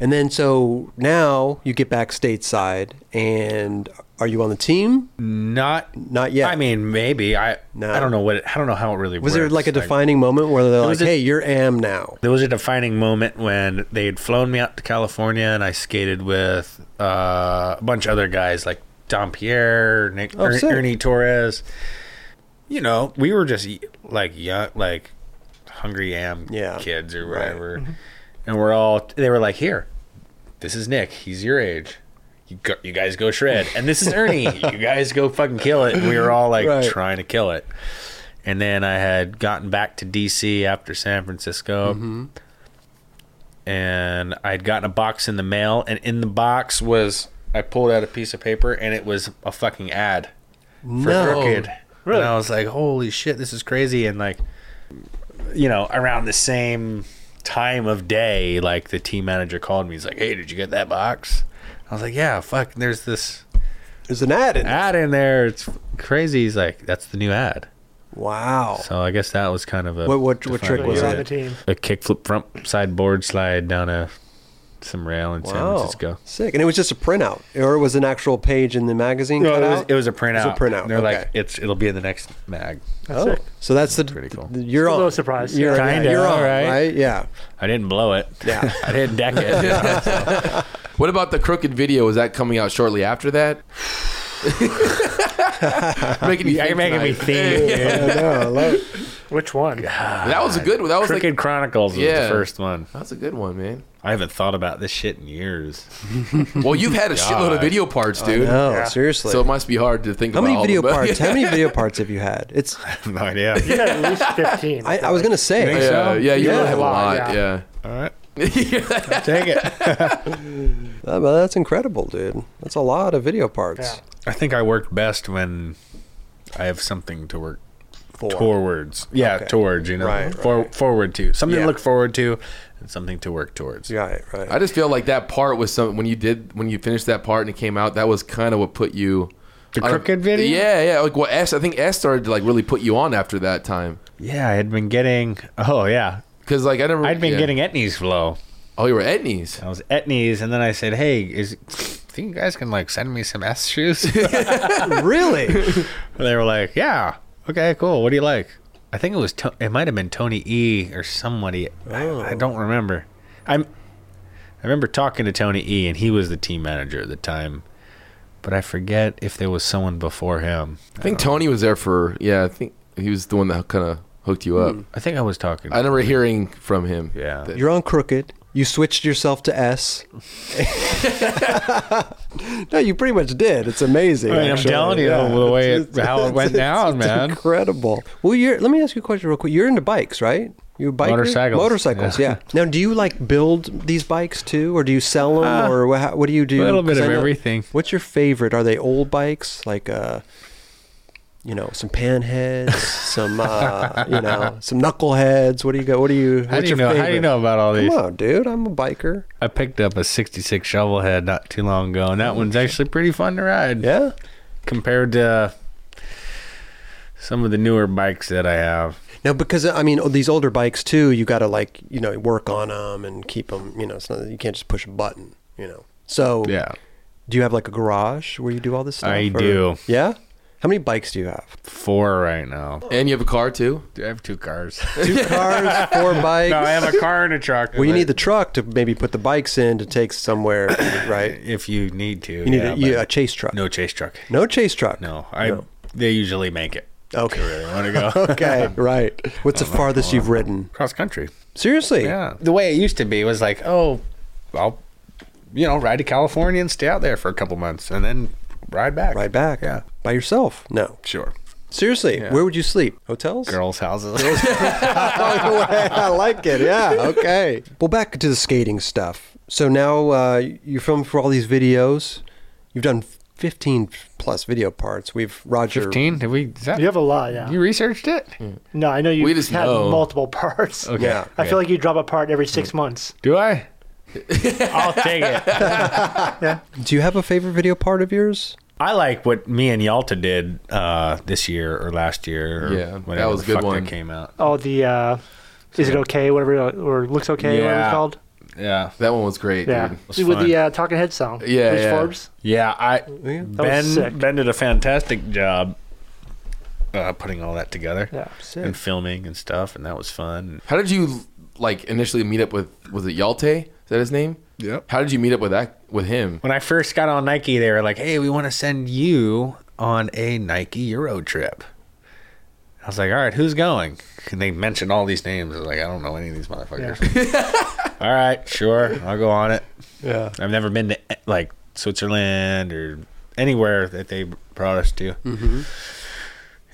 And then so now you get back stateside, and are you on the team? Not, Not yet. I mean, maybe I. No. I don't know what. It, I don't know how it really was there works. like a defining moment where they're like, was a- "Hey, you're am now"? There was a defining moment when they had flown me out to California, and I skated with uh, a bunch of other guys like Don Pierre, Nick, Oh, Er- sick. Ernie Torres. You know, we were just like young, like hungry am Yeah. Mm-hmm. kids or whatever, and we're all. They were like, "Here, this is Nick. He's your age." You, go, you guys go shred, and this (laughs) is Ernie. you guys go fucking kill it. And we were all like Right. trying to kill it. And then I had gotten back to DC after San Francisco. Mm-hmm. And I'd gotten a box in the mail, and in the box was I pulled out a piece of paper, and it was a fucking ad for No. Crooked. Really? And I was like, "Holy shit, this is crazy!" And like, you know, around the same time of day, like the team manager called me. He's like, "Hey, did you get that box?" I was like, "Yeah, fuck." There's this There's an ad in there. ad in there. It's crazy. He's like, "That's the new ad." Wow. So I guess that was kind of a What- what- what trick defining But was you're it? on the team. a kickflip front side board slide down a some rail in San wow. Francisco. Oh, Sick. And it was just a printout, or it was an actual page in the magazine. No, cut it was, out? it was a printout. printout, They're okay. like, it's it'll be in the next mag. That's oh, it. so that's the Pretty cool. th- you're Still on. a little surprised. You're, yeah, Kinda, you're on, right? right? Yeah. I didn't blow it. (laughs) Yeah. I didn't deck (laughs) it. What about the crooked video? Is that coming out shortly after that? (laughs) making you You're think making me tonight. think. dude. (laughs) Which one? That was a good one. That was Crooked like Chronicles was Yeah. the first one. that's a good one, man. I haven't thought about this shit in years. (laughs) Well, you've had a shitload of video parts, dude. No, seriously. So it must be hard to think how about many all video of them. (laughs) parts? How (laughs) many video parts have you had? It's. I have no idea. You got at least 15. I, I was gonna say. uh, think yeah, so? yeah, you Yeah. really have a Wow, lot. Yeah. (laughs) (laughs) All right. yeah. Take it. (laughs) Uh, well, that's incredible, dude. That's a lot of video parts. Yeah. I think I work best when I have something to work For. towards. Yeah, Okay. towards, you know. Right, For, forward to. Something Yeah. to look forward to and something to work towards. Right. Right. I just feel like that part was some when you did when you finished that part and it came out. That was kind of what put you. The on a- crooked video? Yeah, yeah. Like what S? I think S started to like really put you on after that time Yeah, I had been getting Oh yeah. because like I Oh, never. I'd been yeah. getting Etnies flow. Oh, you were Etnies. I was Etnies and then I said, Hey, is think you guys can like send me some S shoes? (laughs) really? And (laughs) they were like, "Yeah, okay, cool. What do you like?" I think it was to- it might have been Tony E or somebody. I, Oh. I don't remember. I'm I remember talking to Tony E and he was the team manager at the time, but I forget if there was someone before him. I think Tony was there for. Yeah, I think he was the one that kind of hooked you up. I think I was talking. I remember hearing from him. Hmm. Yeah. that- You're on crooked. You switched yourself to S. no, you pretty much did. It's amazing. I mean, I'm actually. telling you Yeah. the way It's- it, how it went down, it's man. incredible. Well, you're. Let me ask you a question real quick. You're into bikes, right? You a biker? Motorcycles. Motorcycles. Yeah. Yeah. Now, do you like build these bikes too, or do you sell them, or wha- how, what do you do? Uh, a little bit 'Cause of I know- everything. What's your favorite? Are they old bikes like? Uh, you know, some (laughs) panheads, some uh, you know, some knuckleheads. What do you got? What do you? How what's do your you know? How do you favorite? know about all these? Come on, dude. I'm a biker. I picked up a '66 shovelhead not too long ago, and that one's actually pretty fun to ride. Yeah. compared to some of the newer bikes that I have. Now, because I mean, these older bikes too, you got to like you know work on them and keep them. You know, it's not you can't just push a button. You know. So Yeah. Do you have like a garage where you do all this stuff? I do. Yeah. How many bikes do you have? Four right now. And you have a car too. Dude, I have two cars. (laughs) Two cars, four bikes. no, I have a car and a truck. well, you need the truck to maybe put the bikes in to take (coughs) somewhere, right? if you need to. You need yeah, a, yeah, a but chase truck. no chase truck. No chase truck. No, I. No. They usually make it. Okay. Where they want (laughs) to go. (laughs) Okay. right. What's the farthest you've ridden? Cross country. Seriously? Yeah. The way it used to be was like, oh, I'll, you know, ride to California and stay out there for a couple months and then ride back. Right back. Yeah. By yourself? No. Sure. Seriously. Where would you sleep? Hotels? (laughs) Girls' houses. (laughs) I like it. Yeah. Okay. Well, back to the skating stuff. So now uh, you're filmed for all these videos. You've done 15 plus video parts. We've Roger. Fifteen? Did we? Is that, You have a lot, yeah. You researched it? no, I know you We just had know. multiple parts. Okay. Mm. Yeah. I feel like you drop a part every six months. Do I? (laughs) I'll take it. Do you have a favorite video part of yours? (laughs) I like what me and Yalta did uh, this year or last year. Or Yeah, that whatever was a the good fuck one. That came out. Oh, the uh, is it okay? Whatever, uh, or looks okay? Whatever Yeah. it's called. Yeah, That one was great. Yeah, Dude. was with fun. the uh, talking head song. Yeah, Bruce yeah. Forbes. yeah. I That was Ben sick. Ben did a fantastic job uh, putting all that together Yeah, and filming and stuff, and that was fun. How did you like initially meet up with? Was it Yalte? Is that his name? Yep. How did you meet up with that with him? When I first got on Nike, they were like, "Hey, we want to send you on a Nike Euro trip." I was like, "All right, who's going?" And they mentioned all these names. I was like, "I don't know any of these motherfuckers." all right, sure, I'll go on it. Yeah. I've never been to like Switzerland or anywhere that they brought us to.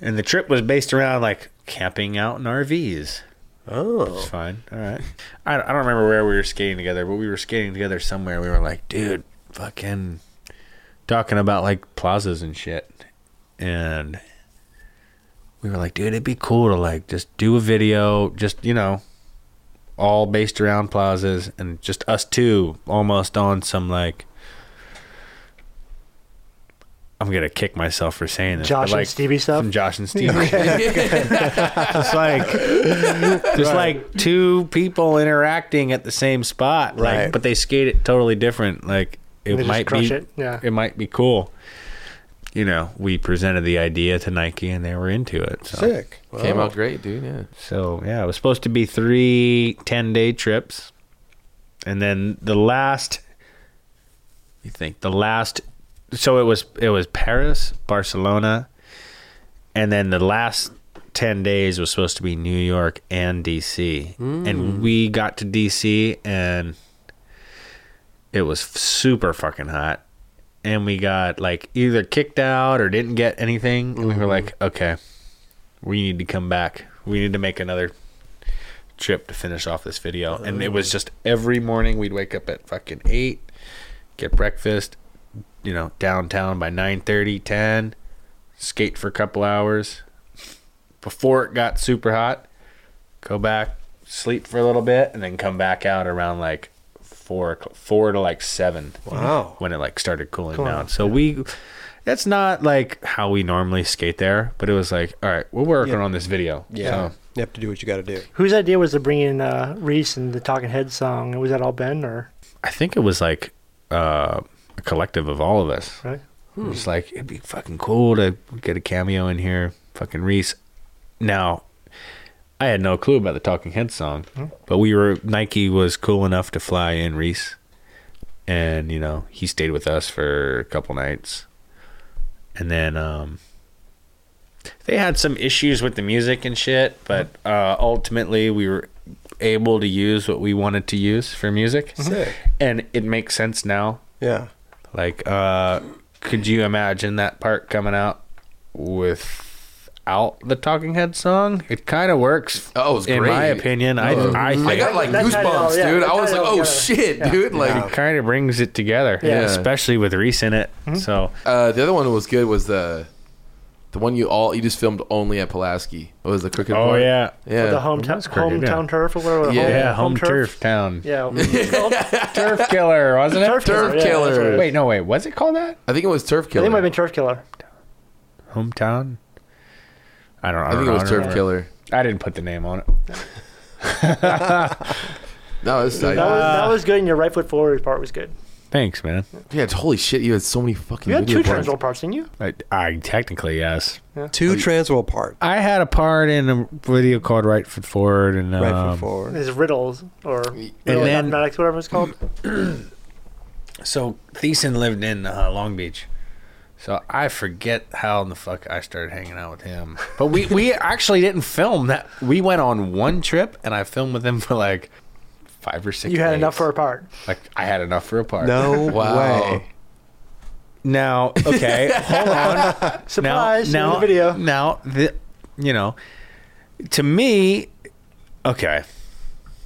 And the trip was based around like camping out in RVs. It's Oh. fine. All right. I, I don't remember where we were skating together, but we were skating together somewhere. We were like, dude, fucking talking about like plazas and shit. And we were like, dude, it'd be cool to like just do a video, just, you know, all based around plazas and just us two almost on some like. I'm gonna kick myself for saying this. but, Josh and like, Stevie stuff? Some Josh and Stevie. (laughs) just like just like two people interacting at the same spot like Right. but they skate it totally different like it They just might crush be it, yeah. might be cool you know we presented the idea to nike and they were into it so, Sick. Came Wow. out great, dude. Yeah. so yeah it was supposed to be three 10 day trips and then the last you think the last so it was it was paris barcelona and then the last 10 days was supposed to be new york and dc and we got to dc and it was f- super fucking hot and we got like either kicked out or didn't get anything and we were like okay we need to come back we need to make another trip to finish off this video and it was just every morning we'd wake up at fucking 8 get breakfast you know downtown by 9 10 skate for a couple hours before it got super hot go back sleep for a little bit and then come back out around like four o'clock- four to like seven Wow. when it like started cooling Cool. down so we that's not like how we normally skate there but it was like all right we're working Yeah. on this video Yeah. So, You have to do what you got to do. Whose idea was to bring in uh, Reese and the Talking Head song? Was that all Ben or i think it was like uh a collective of all of us right? It's like it'd be fucking cool to get a cameo in here, fucking Reese. Now, I had no clue about the Talking Heads song, but we were Nike was cool enough to fly in Reese, and you know he stayed with us for a couple nights, and then um, they had some issues with the music and shit, but uh, ultimately we were able to use what we wanted to use for music, Sick. and it makes sense now Yeah. like, uh, could you imagine that part coming out without the Talking Head song? It kind of works. Oh, it was in great. my opinion. I Oh. I think I got like That tied it all- goosebumps, yeah, dude. that I was tied like, it all oh together. shit, dude. Like, it kind of brings it together. Yeah. especially with Reese in it. So Uh, the other one that was good was the the one you all you just filmed only at Pulaski. It was the crooked. oh part. yeah, yeah. the hometown crooked, yeah. hometown turf or whatever. Yeah, yeah, home, home, turf, town, Yeah, (laughs) it's called turf killer, wasn't it? turf Turf killer. yeah, killer. that's what it is. Wait, no, wait, was it called that? I think it was Turf I Killer. think it might have been turf killer. Hometown. I don't. I, I think it don't was know, I don't Turf remember. Killer. I didn't put the name on it. No, it's like, That, was, that was good, and your right foot forward part was good. Thanks, man. Yeah, it's- holy shit! You had so many fucking. You had video two parts. trans world parts, didn't you? I, I technically yes. Two Transworld part. I had a part in a video called Right Foot Forward, and um, Right foot forward. There's riddles or riddle then- mathematics, whatever it's called. So Thiessen lived in uh, Long Beach. So I forget how in the fuck I started hanging out with him. But we, (laughs) we actually didn't film that. We went on one trip and I filmed with him for like five or six You had days. enough for a part. like I had enough for a part. No Wow. way. Now, (laughs) okay, hold on. Surprise, you're in now, the video. Now, the, you know, to me, okay.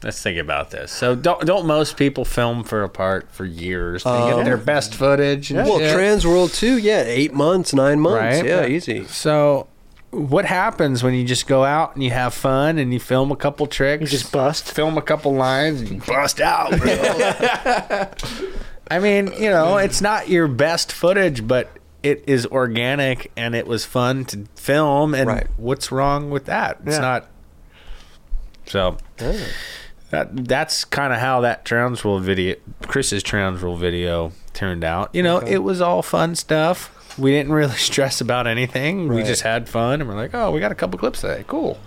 Let's think about this. So, don't don't most people film for a part for years? They Um, get their best footage. And Well, shit. Transworld too. Yeah, eight months, nine months. Right. Yeah, easy. So, what happens when you just go out and you have fun and you film a couple tricks? You just bust. film a couple lines and you bust out. Bro. (laughs) I mean, you know, it's not your best footage, but it is organic and it was fun to film. And Right. what's wrong with that? It's Yeah. not. So that that's kind of how that Trounsville video, Chris's Trounsville video, turned out. You know, it was all fun stuff. We didn't really (laughs) stress about anything. We Right. just had fun, and we're like, "Oh, we got a couple clips today. Cool."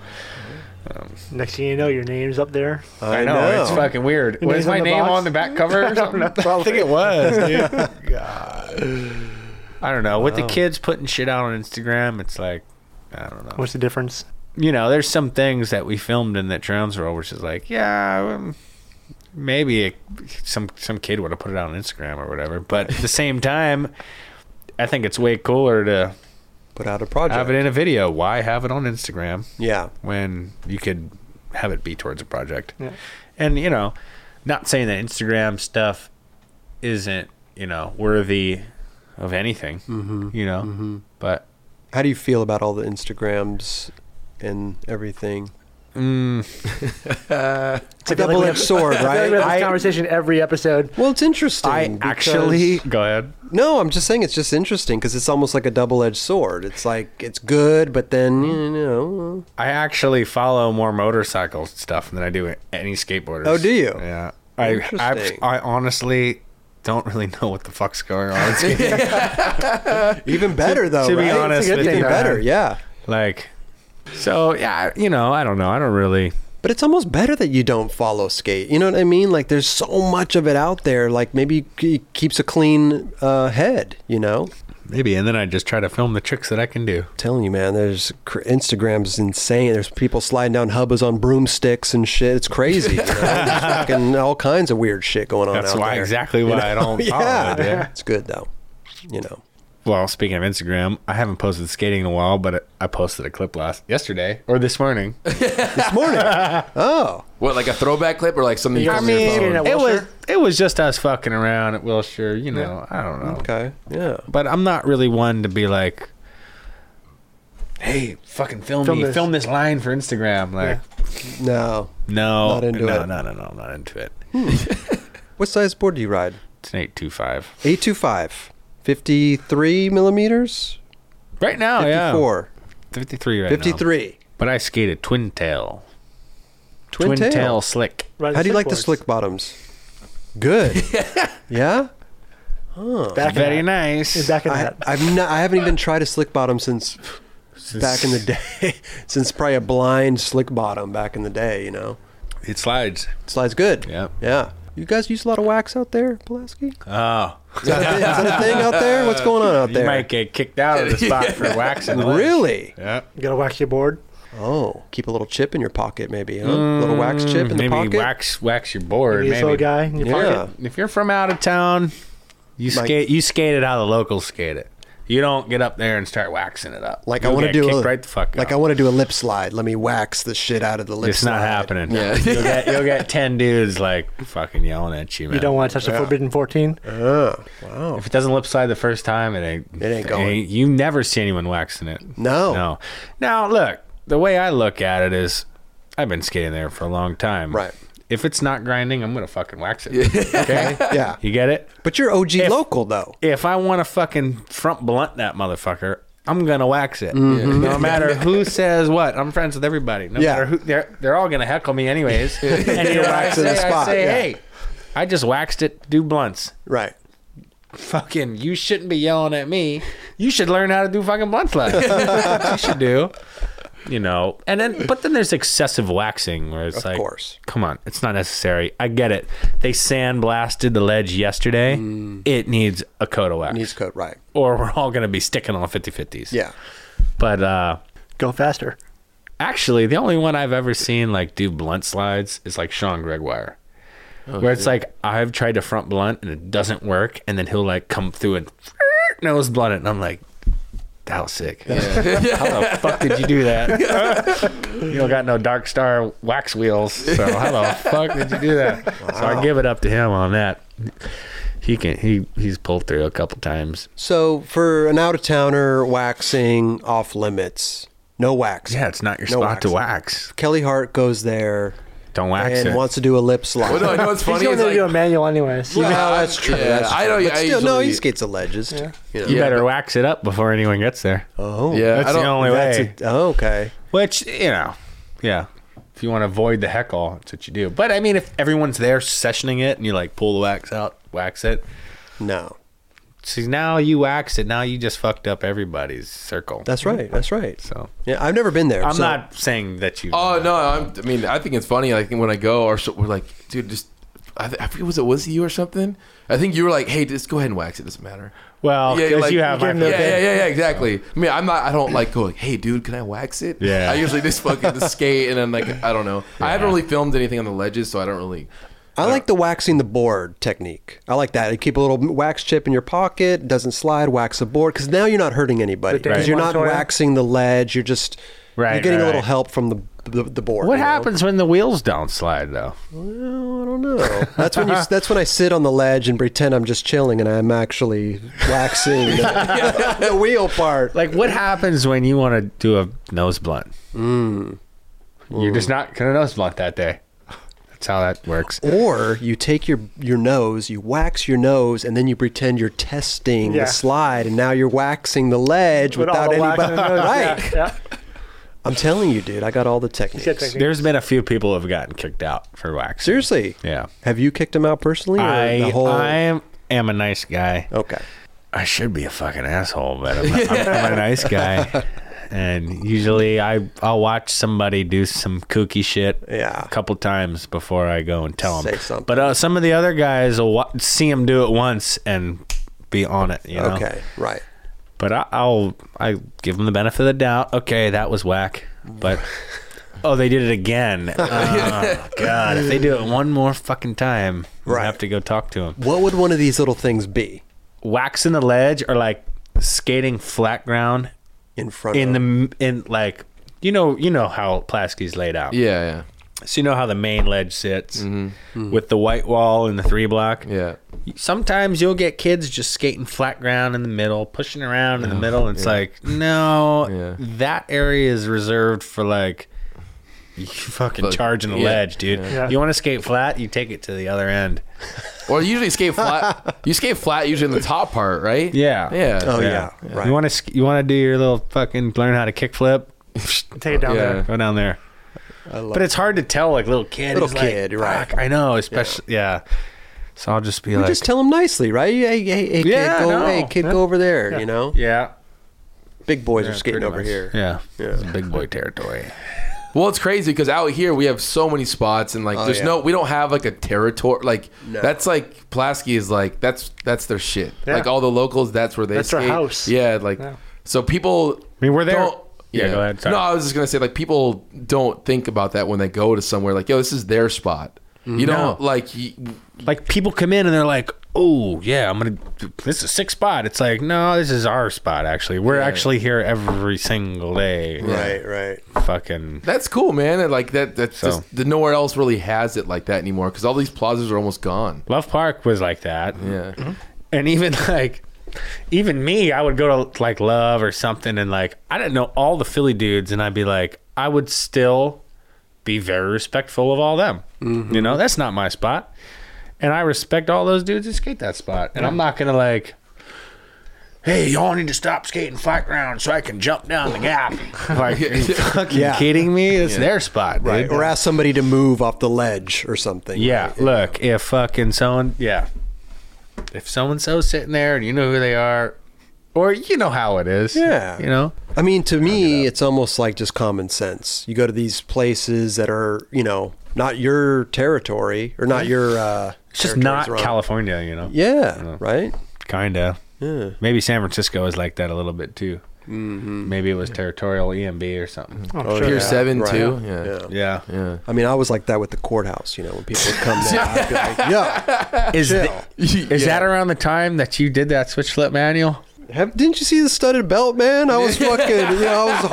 Next thing you know, your name's (laughs) up there. I know, it's fucking weird. Your Was name's my on the name box? on the back cover? (laughs) Or something? I, think it was. Dude. I don't know. With the kids putting shit out on Instagram, it's like I don't know. What's the difference? You know, there's some things that we filmed in that Drowns Roll, which is like, yeah, um, maybe it, some some kid would have put it out on Instagram or whatever. But at the same time, I think it's way cooler to Put out a project. have it in a video. Why have it on Instagram? Yeah. when you could have it be towards a project. Yeah. And you know, not saying that Instagram stuff isn't you know worthy of anything. Mm-hmm. You know, but How do you feel about all the Instagrams and everything? Mm. it's a I feel like we double have- edged (laughs) (laughs) sword, I feel like right? we have this I- conversation every episode. well, it's interesting. I because- actually (laughs) go ahead. No, I'm just saying it's just interesting because it's almost like a double edged sword. It's like it's good, but then, you know. I actually follow more motorcycle stuff than I do any skateboarders. Oh, do you? Yeah. I Interesting. I've, I honestly don't really know what the fuck's going (laughs) on. It's Even better, though. to be right? It's a honest good with thing you, better, man. yeah. like, so yeah, you know, I don't know. I don't really. But it's almost better that you don't follow skate. You know what I mean? Like there's so much of it out there. Like maybe it keeps a clean uh, head, you know? Maybe, and then I just try to film the tricks that I can do. telling you, man, there's cr- Instagram's insane. There's people sliding down hubbas on broomsticks and shit. It's crazy. (laughs) you know? There's fucking all kinds of weird shit going on That's out why there. exactly why I don't follow (laughs) Yeah. it, yeah. it's good though. You know, Well, speaking of Instagram, I haven't posted skating in a while, but I posted a clip last yesterday or this morning. this (laughs) morning. oh, What, like a throwback clip or like something? You I filmed on your mean, phone? you know, At it was Wilshire? it was just us fucking around at Wilshire, you know. I don't know. okay, yeah. But I'm not really one to be like Hey, fucking film, Film me. this. Film this line for Instagram. Like, No, no, Not into no, it. no, no, no, I'm not into it. what size board do you ride? It's an eight two five. Eight two five. 53 millimeters? Right now, Oh, yeah, 54. fifty three right 53. now. But I skated twin tail, Twin, tail. slick. How do you like the slick bottoms? Good. yeah? Back in Very that. nice. Back in I, that. I've not, I haven't even tried a slick bottom since back in the day. (laughs) since probably a blind slick bottom back in the day, you know. It slides. Slides good. Yeah. Yeah. You guys use a lot of wax out there, Pulaski? Oh, Is that, a thing, is that a thing out there? What's going on out you there? might get kicked out of the (laughs) spot for waxing. Really? Yeah. You gotta whack your board. Oh, keep a little chip in your pocket, maybe, huh? a little wax chip in Mm, maybe the pocket. wax wax your board. Maybe this little Maybe. guy in your Yeah. pocket. If you're from out of town, you Like- skate. You skate it how the locals skate it. You don't get up there and start waxing it up. Like I You'll want to get do kicked a, right the fuck. like Like I want to do a lip slide. Let me wax the shit out of the lip it's slide. not happening. Yeah. you'll (laughs) get you'll get ten dudes like fucking yelling at you, man. You don't want to touch the forbidden 14. Oh, wow. If it doesn't lip slide the first time, it ain't. It ain't going. you never see anyone waxing it. No. No. Now look, the way I look at it is, I've been skating there for a long time. Right. If it's not grinding, I'm gonna fucking wax it. (laughs) okay. (laughs) Yeah. You get it? But you're OG local, though. If I want to fucking front blunt that motherfucker, I'm gonna wax it. No (laughs) matter who says what, I'm friends with everybody. No Mm-hmm. Yeah. matter who, they're they're all gonna heckle (laughs) me anyways. and you Waxing the I spot, say, yeah. hey, I just waxed it. Do blunts. Right. fucking, you shouldn't be yelling at me. You should learn how to do fucking blood (laughs) slash. That's what you should do. You know, and then, but then there's excessive waxing where it's Of like, course. come on, it's not necessary. I get it. They sandblasted the ledge yesterday. It needs a coat of wax, Mm. Needs coat, right? or we're all going to be sticking on 50 50s. Yeah. But, uh, Go faster. Actually, the only one I've ever seen like do blunt slides is like Sean Gregoire. Oh, where it's like I've tried to front blunt and it doesn't work, and then he'll like come through and (laughs) nose blunt it, and I'm like, that was sick. (laughs) how the fuck did you do that? (laughs) you don't got no Dark Star wax wheels, so (laughs) how the fuck did you do that? So I give it up to him on that. He can he he's pulled through a couple times. So for an out of towner, waxing off limits. No wax. Yeah, it's not your No spot to waxing. wax. Kelly Hart goes there Don't wax and it. wants to do a lip slide. Well, (laughs) no, you know what's (laughs) He's funny? going It's to do a like- manual anyways. Well, Yeah, that's true. yeah, that's true. I don't- But I still, no, usually- he skates a legend. You know. you Yeah, better but- wax it up before anyone gets there. Oh, yeah, That's I the don't, only That's way. a, oh, okay. Which you know, yeah. If you want to avoid the heckle, that's what you do. But I mean, if everyone's there sessioning it, and you like pull the wax out, wax it. No, See, now you wax it. Now you just fucked up everybody's circle. that's right. That's right. so. Yeah, I've never been there. I'm so- not saying that you. Oh no, I'm, I mean, I think it's funny. Like when I go, or so, we're like, dude, just I, th- I forget was it was it you or something? I think you were like, hey, just go ahead and wax it. Doesn't matter. Well, Yeah, because like- you have you my. give them Yeah, Okay. yeah, yeah, yeah, exactly. I mean, I'm not. I don't like going. Hey, dude, can I wax it? Yeah. I usually just fucking just skate, and I'm like, I don't know. I haven't really filmed anything on the ledges, so I don't really. I like the waxing the board technique. I like that. You keep a little wax chip in your pocket, it doesn't slide, wax the board because now you're not hurting anybody The because you're not Daytona. waxing the ledge. You're just Right, you're getting a little right. help from the the, the board. What you know? happens when the wheels don't slide though? Well, I don't know. That's (laughs) when you. That's when I sit on the ledge and pretend I'm just chilling and I'm actually waxing (laughs) the, (laughs) the wheel part. Like, what happens when you want to do a nose blunt? Mm. You're just not gonna nose blunt that day. That's how that works. Or you take your your nose, you wax your nose, and then you pretend you're testing Yeah. the slide, and now you're waxing the ledge With all without the wax anybody. (laughs) in the nose. right? Yeah, yeah. I'm telling you, dude, I got all the techniques. Shit technique. There's been a few people who've gotten kicked out for wax. Seriously, Yeah. Have you kicked him out personally? Or I, the whole... I am, am a nice guy. Okay. Oh. I should be a fucking asshole, but (laughs) I'm, I'm, I'm a nice guy. And usually I, I'll watch somebody do some kooky shit Yeah. a couple times before I go and tell them. Say something. But uh, some of the other guys will wa- see him do it once and be on it, you know? Okay. Right. But I, I'll I give them the benefit of the doubt. Okay, that was whack. (laughs) But oh, they did it (laughs) again. Oh, God, if they do it one more fucking time, I Right. have to go talk to them. What would one of these little things be Waxing the ledge or like skating flat ground in front in of the in like you know you know how Plasky's laid out. Yeah, So you know how the main ledge sits with the white wall and the three block. yeah, yeah. Sometimes you'll get kids just skating flat ground in the middle, pushing around in the middle, and it's like, no, Yeah. that area is reserved for like you (laughs) fucking Fuck, charging the yeah, ledge, dude. yeah. You want to skate flat, you take it to the other end. Or you usually (laughs) skate flat. you skate flat usually in the top part, right? Yeah. Yeah. Oh Yeah. yeah. Right. You want to you want to do your little fucking learn how to kickflip, Take it down Yeah. there. go down there. I love But it's hard to tell, like little kid, Little he's like, kid, right. "Fuck," I know, especially yeah. So I'll just be You like, just tell him nicely, right? Hey, hey, hey, kid, Yeah, go, no. hey, kid, Yeah. go over there. You know, yeah, big boys yeah, are skating pretty over much. here. Yeah, Yeah. It's big boy territory. Well, it's crazy because out here we have so many spots, and like, Oh, there's yeah. no, we don't have like a territory. Like, No. that's like Plasky is like that's that's their shit. Yeah. Like all the locals, that's where they. That's their skate. house. Yeah, like Yeah. so people. I mean, we're there- don't- Yeah, go ahead, sorry. No, I was just gonna say like people don't think about that when they go to somewhere. Like, yo, this is their spot. You don't like. You, Like people come in and they're like, "Oh yeah, I'm gonna. This is a sick spot." It's like, no, this is our spot. Actually, we're actually here every single day. Right. Right. Fucking that's cool, man. And like that. That's So. just the nowhere else really has it like that anymore because all these plazas are almost gone. Love Park was like that. Yeah. and even like even me i would go to like love or something and like i didn't know all the philly dudes and i'd be like i would still be very respectful of all them Mm-hmm. you know that's not my spot and i respect all those dudes who skate that spot and i'm not gonna like hey y'all need to stop skating flat ground so i can jump down (laughs) the gap like are you fucking Yeah. kidding me it's their spot dude. Right. Or ask somebody to move off the ledge or something. Yeah, right? look, if fucking someone, yeah. if so and so's sitting there and you know who they are, or you know how it is. Yeah. You know? I mean, to me, it's almost like just common sense. You go to these places that are, you know, not your territory or not your. Uh, It's just territory's not wrong. California, you know? Yeah, Yeah. right. Kinda. Yeah. Maybe San Francisco is like that a little bit too. Mm-hmm. Maybe it was territorial EMB or something. I'm Oh, sure. Pier yeah. seven Right. too. Yeah. yeah. (laughs) Yeah. Yeah. I mean, I was like that with the courthouse. You know, when people would come there, I'd be like, "Yo, Is, Chill. th- is that around the time that you did that switch flip manual? have, didn't you see the studded belt, man? I was fucking, you know, I was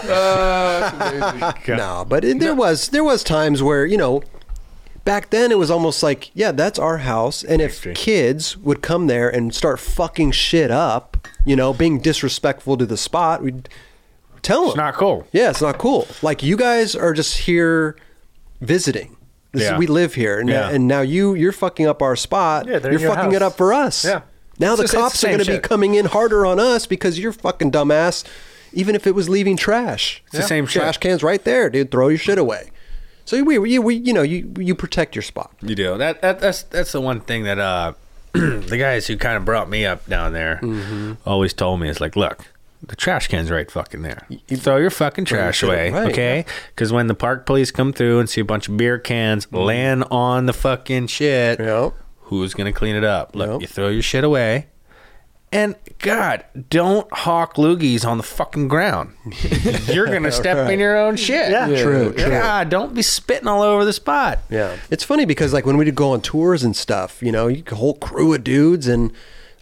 hard, bro." (laughs) Uh, No, but it, there was there was times where you know, back then it was almost like yeah, that's our house, and if History. kids would come there and start fucking shit up, you know, being disrespectful to the spot, we'd tell them. It's not cool. yeah, it's not cool. Like you guys are just here visiting. This Yeah. is, we live here, and, Yeah. and now you you're fucking up our spot. Yeah, they're you're in your fucking it house. up for us. Yeah. Now It's the just- it's cops the are same going to be shit. coming in harder on us because you're fucking dumbass. Even if it was leaving trash, It's the same shit. Trash cans right there, dude. Throw your shit away. So we, we, we you know, you you protect your spot. You do. That, that that's that's the one thing that uh (clears throat) the guys who kind of brought me up down there always told me is like, look, the trash can's right fucking there. Throw your fucking trash shit away, away, okay? Because when the park police come through and see a bunch of beer cans land on the fucking shit, Yep. who's gonna clean it up? Look, Yep. you throw your shit away. And God, don't hawk loogies on the fucking ground. You're gonna step in your own shit. Yeah. Yeah. True, true. God, don't be spitting all over the spot. Yeah. It's funny because like when we'd go on tours and stuff, you know, you a whole crew of dudes and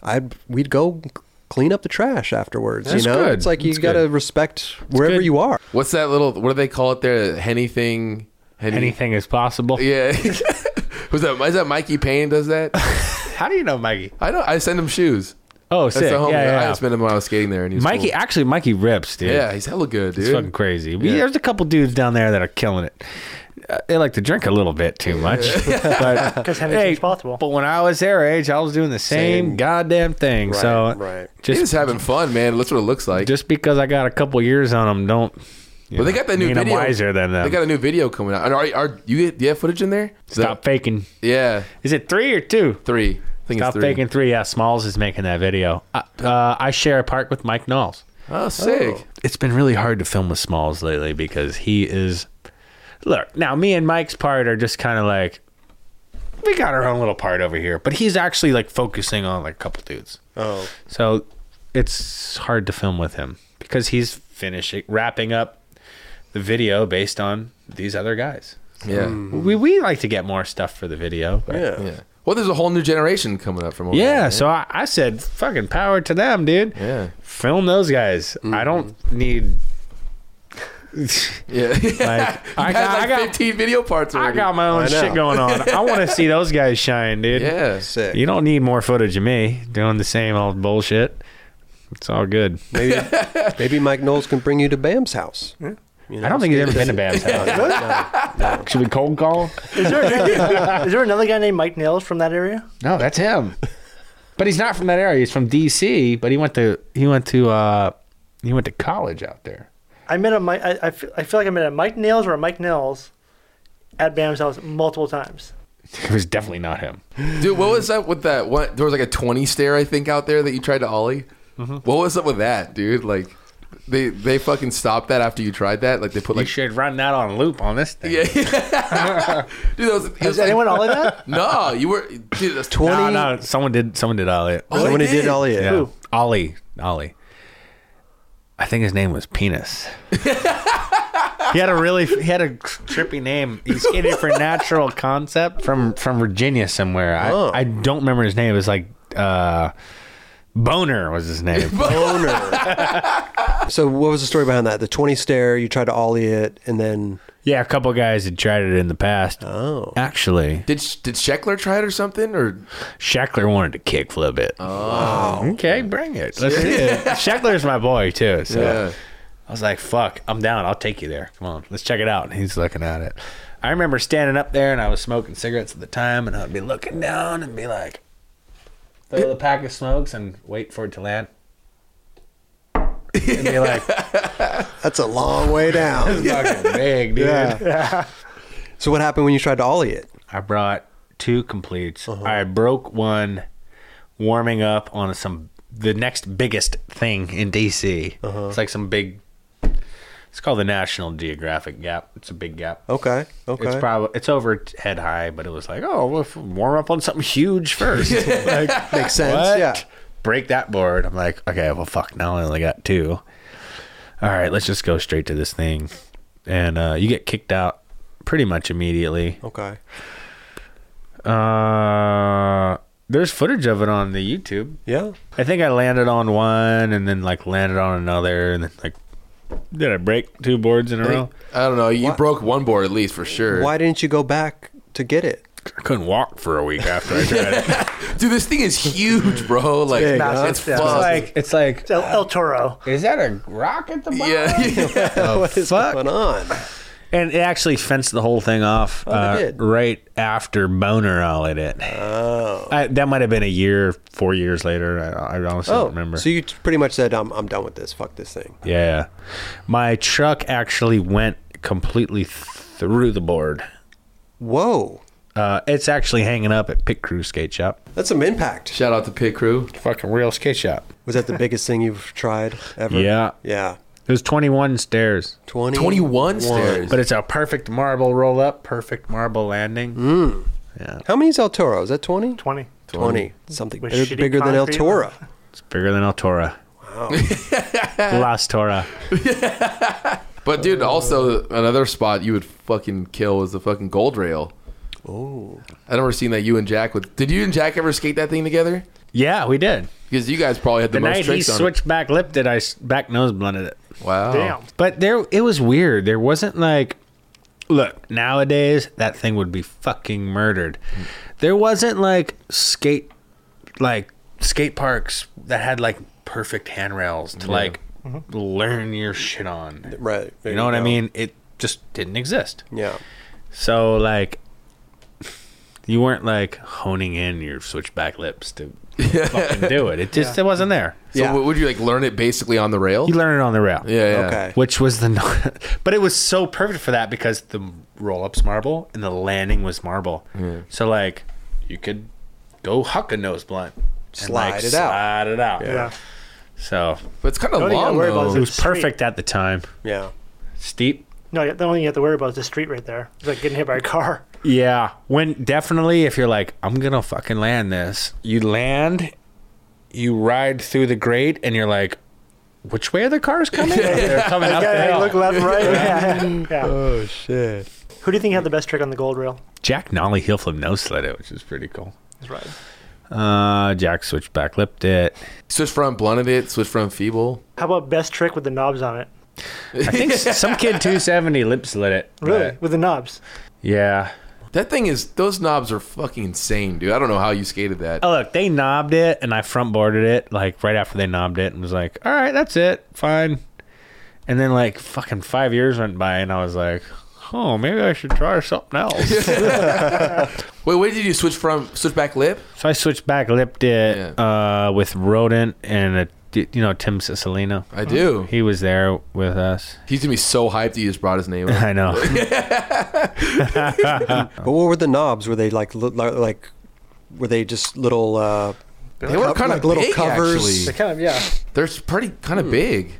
I'd we'd go clean up the trash afterwards. That's you know? good. It's like you That's gotta good. respect wherever good. you are. what's that little? What do they call it there? Henny thing. Henny. Anything is possible. Yeah. (laughs) Was that? Is that Mikey Payne does that? How do you know Mikey? I don't. I send him shoes. Oh, That's sick. the Yeah, homie. I yeah. just met him when I was skating there, and he's Mikey, actually, Mikey rips, dude. Yeah, he's hella good, dude. It's fucking crazy. We, There's a couple dudes down there that are killing it. Uh, they like to drink a little bit too much. (laughs) (laughs) but, 'Cause anything's possible. But when I was their age, I was doing the same, Same. goddamn thing. so right. He's just just having fun, man. That's what it looks like. just because I got a couple years on them, don't. you Well, they know, got that new mean video. I'm wiser than them. They got a new video coming out. And are, are you? Do you have footage in there? Is Stop faking. That, yeah, Is it three or two? three. I think Stop it's three. faking three. Yeah, Smalls is making that video. Uh, uh, I share a park with Mike Knowles. Oh, sick. it's been really hard to film with Smalls lately because he is. Look, now me and Mike's part are just kind of like we got our own little part over here, but he's actually like focusing on like a couple dudes. Oh. So it's hard to film with him because he's finishing wrapping up the video based on these other guys. Yeah. We we like to get more stuff for the video. But Yeah. Yeah. Well, there's a whole new generation coming up from. Over yeah, there, right? so I, I said, fucking power to them, dude. Yeah. Film those guys. I don't need. Yeah. (laughs) Like, I I got- got, I got- 15 video parts I already. got my own I know. shit going on. I want to see those guys shine, dude. Yeah. Sick. You don't need more footage of me doing the same old bullshit. It's all good. Maybe maybe Mike Knowles can bring you to Bam's house. You know, I don't think he's ever (laughs) been to Bab's house. Should we cold call? Is there, is there another guy named Mike Nails from that area? No, that's him. But he's not from that area. He's from D.C. But he went to he went to uh he went to college out there. (laughs) I met a Mike. I, I, feel, I feel like I met a Mike Nails or a Mike Nails at Bam's house multiple times. It was definitely not him. Dude, what was up with that? What there was like a 20 stare I think out there that you tried to ollie. Mm-hmm. What was up with that, dude? Like, they they fucking stopped that after you tried that. Like they put like. should run that on loop on this thing. (laughs) (laughs) yeah. dude, that was. it was Does anyone all of (laughs) that? No, you were dude. That's twenty. No, no, someone did someone did all it. Oh, when he did all Yeah. yeah. Ollie. Ollie. I think his name was Penis. he had a really he had a trippy name. He skated for Natural Concept from from Virginia somewhere. I, Oh. I don't remember his name. It was like uh, Boner was his name. Owner. so what was the story behind that? The twenty stare, you tried to ollie it, and then yeah, a couple guys had tried it in the past. oh, Actually, Did did Sheckler try it or something? Or Shackler wanted to kickflip it. Oh, okay, bring it. Let's see it. Shackler's my boy too. So Yeah. I was like, "Fuck, I'm down. I'll take you there. Come on, let's check it out." And he's looking at it. I remember standing up there and I was smoking cigarettes at the time, and I'd be looking down and be like, throw the pack of smokes and wait for it to land. And be like, that's a long way down. (laughs) "Fucking big, dude." So what happened when you tried to ollie it? I brought two completes. I broke one warming up on some the next biggest thing in DC. It's like some big. It's called the National Geographic Gap. It's a big gap. Okay. Okay. It's probably it's over head high, but it was like, oh, we'll f- warm up on something huge (laughs) first. like, Makes sense. (laughs) what? Yeah. Break that board. I'm like, okay, well, fuck. Now I only got two. All right, let's just go straight to this thing, and uh, you get kicked out pretty much immediately. Okay. Uh, there's footage of it on the YouTube. Yeah. I think I landed on one, and then like landed on another, and then like, did I break two boards in a row? I don't know. You Why- broke one board at least for sure. Why didn't you go back to get it? I couldn't walk for a week after I tried (laughs) it. Dude, this thing is huge, bro. Like, big, it's, huh? Yeah. like fucked. It's it's like It's El, El Toro. Is that a rock at the bottom? (laughs) yeah. (laughs) what is Oh, fuck? going on? And it actually fenced the whole thing off it uh, did. right after Boner ollied it. Oh. I, that might have been a year, four years later. I, I honestly Oh. don't remember. So you t- pretty much said, "I'm I'm done with this. Fuck this thing." yeah. My truck actually went completely through the board. Whoa. Uh, it's actually hanging up at Pit Crew Skate Shop. That's some impact. Shout out to Pit Crew. Fucking real skate shop. Was that the biggest thing you've tried ever? Yeah. Yeah. It was 21 stairs, 20, 21 stairs. but it's a perfect marble roll up, perfect marble landing. Hmm. Yeah. How many is El Toro? Is that 20? 20. 20. Something With big- shitty bigger than El concrete. Toro. It's bigger than El Tora. Wow. Las Tora. But dude, also another spot you would fucking kill is the fucking gold rail. Oh. I never seen that you and Jack would. Did you and Jack ever skate that thing together? Yeah, we did. Because you guys probably had the, The, most night he tricks on. switched back lip did I s- back nose blunted it. it. Wow. Damn. But there it was weird. There wasn't like look, nowadays that thing would be fucking murdered. There wasn't like skate like skate parks that had like perfect handrails to like learn your shit on. Right. There you know what I go. mean? It just didn't exist. Yeah. So like, (laughs) you weren't like honing in your switchback lips to fucking do it. It just it wasn't there. So Yeah. what would you like learn it basically on the rail? You learn it on the rail. yeah, yeah. Okay. Which was the, no- (laughs) but it was so perfect for that because the roll up's marble and the landing was marble. So like, you could go huck a nose blunt, and, Slide like, it out. slide it out. Yeah. So But it's kind of only thing I long worry about though. is it was Sweet. perfect at the time. Yeah. Steep, No, the only thing you have to worry about is the street right there. It's like getting hit by a car. Yeah, when definitely if you're like I'm gonna fucking land this, you land, you ride through the grate, and you're like, which way are the cars coming? (laughs) They're coming up the (laughs) Yeah, hill. look left, right. (laughs) Yeah. yeah. Oh, shit. Who do you think Hmm. had the best trick on the gold rail? Jack Nolly heel flip no slid it, which is pretty cool. That's right. Uh, Jack switched back lipped it. Switch front blunted it. Switch front feeble. How about best trick with the knobs on it? I (laughs) think s- some kid 270 lip slid it. but- Really? With the knobs? Yeah. That thing is. Those knobs are fucking insane, dude. I don't know how you skated that. Oh look, they knobbed it, and I front boarded it like right after they knobbed it, and was like, "All right, that's it, fine." And then like fucking five years went by, and I was like, "Oh, maybe I should try something else." Wait, what did you do? switch from switch back lip? so I switched back, lipped it uh, with Rodent and a, you know Tim Cicilline. I do. He was there with us. (laughs) He's gonna be so hyped. He just brought his name. (laughs) up. I know. But what were the knobs? Were they like li- li- like were they just little uh They were kind of like little big, covers. Hmm. actually. kind of, yeah. They're pretty kind Hmm. of big.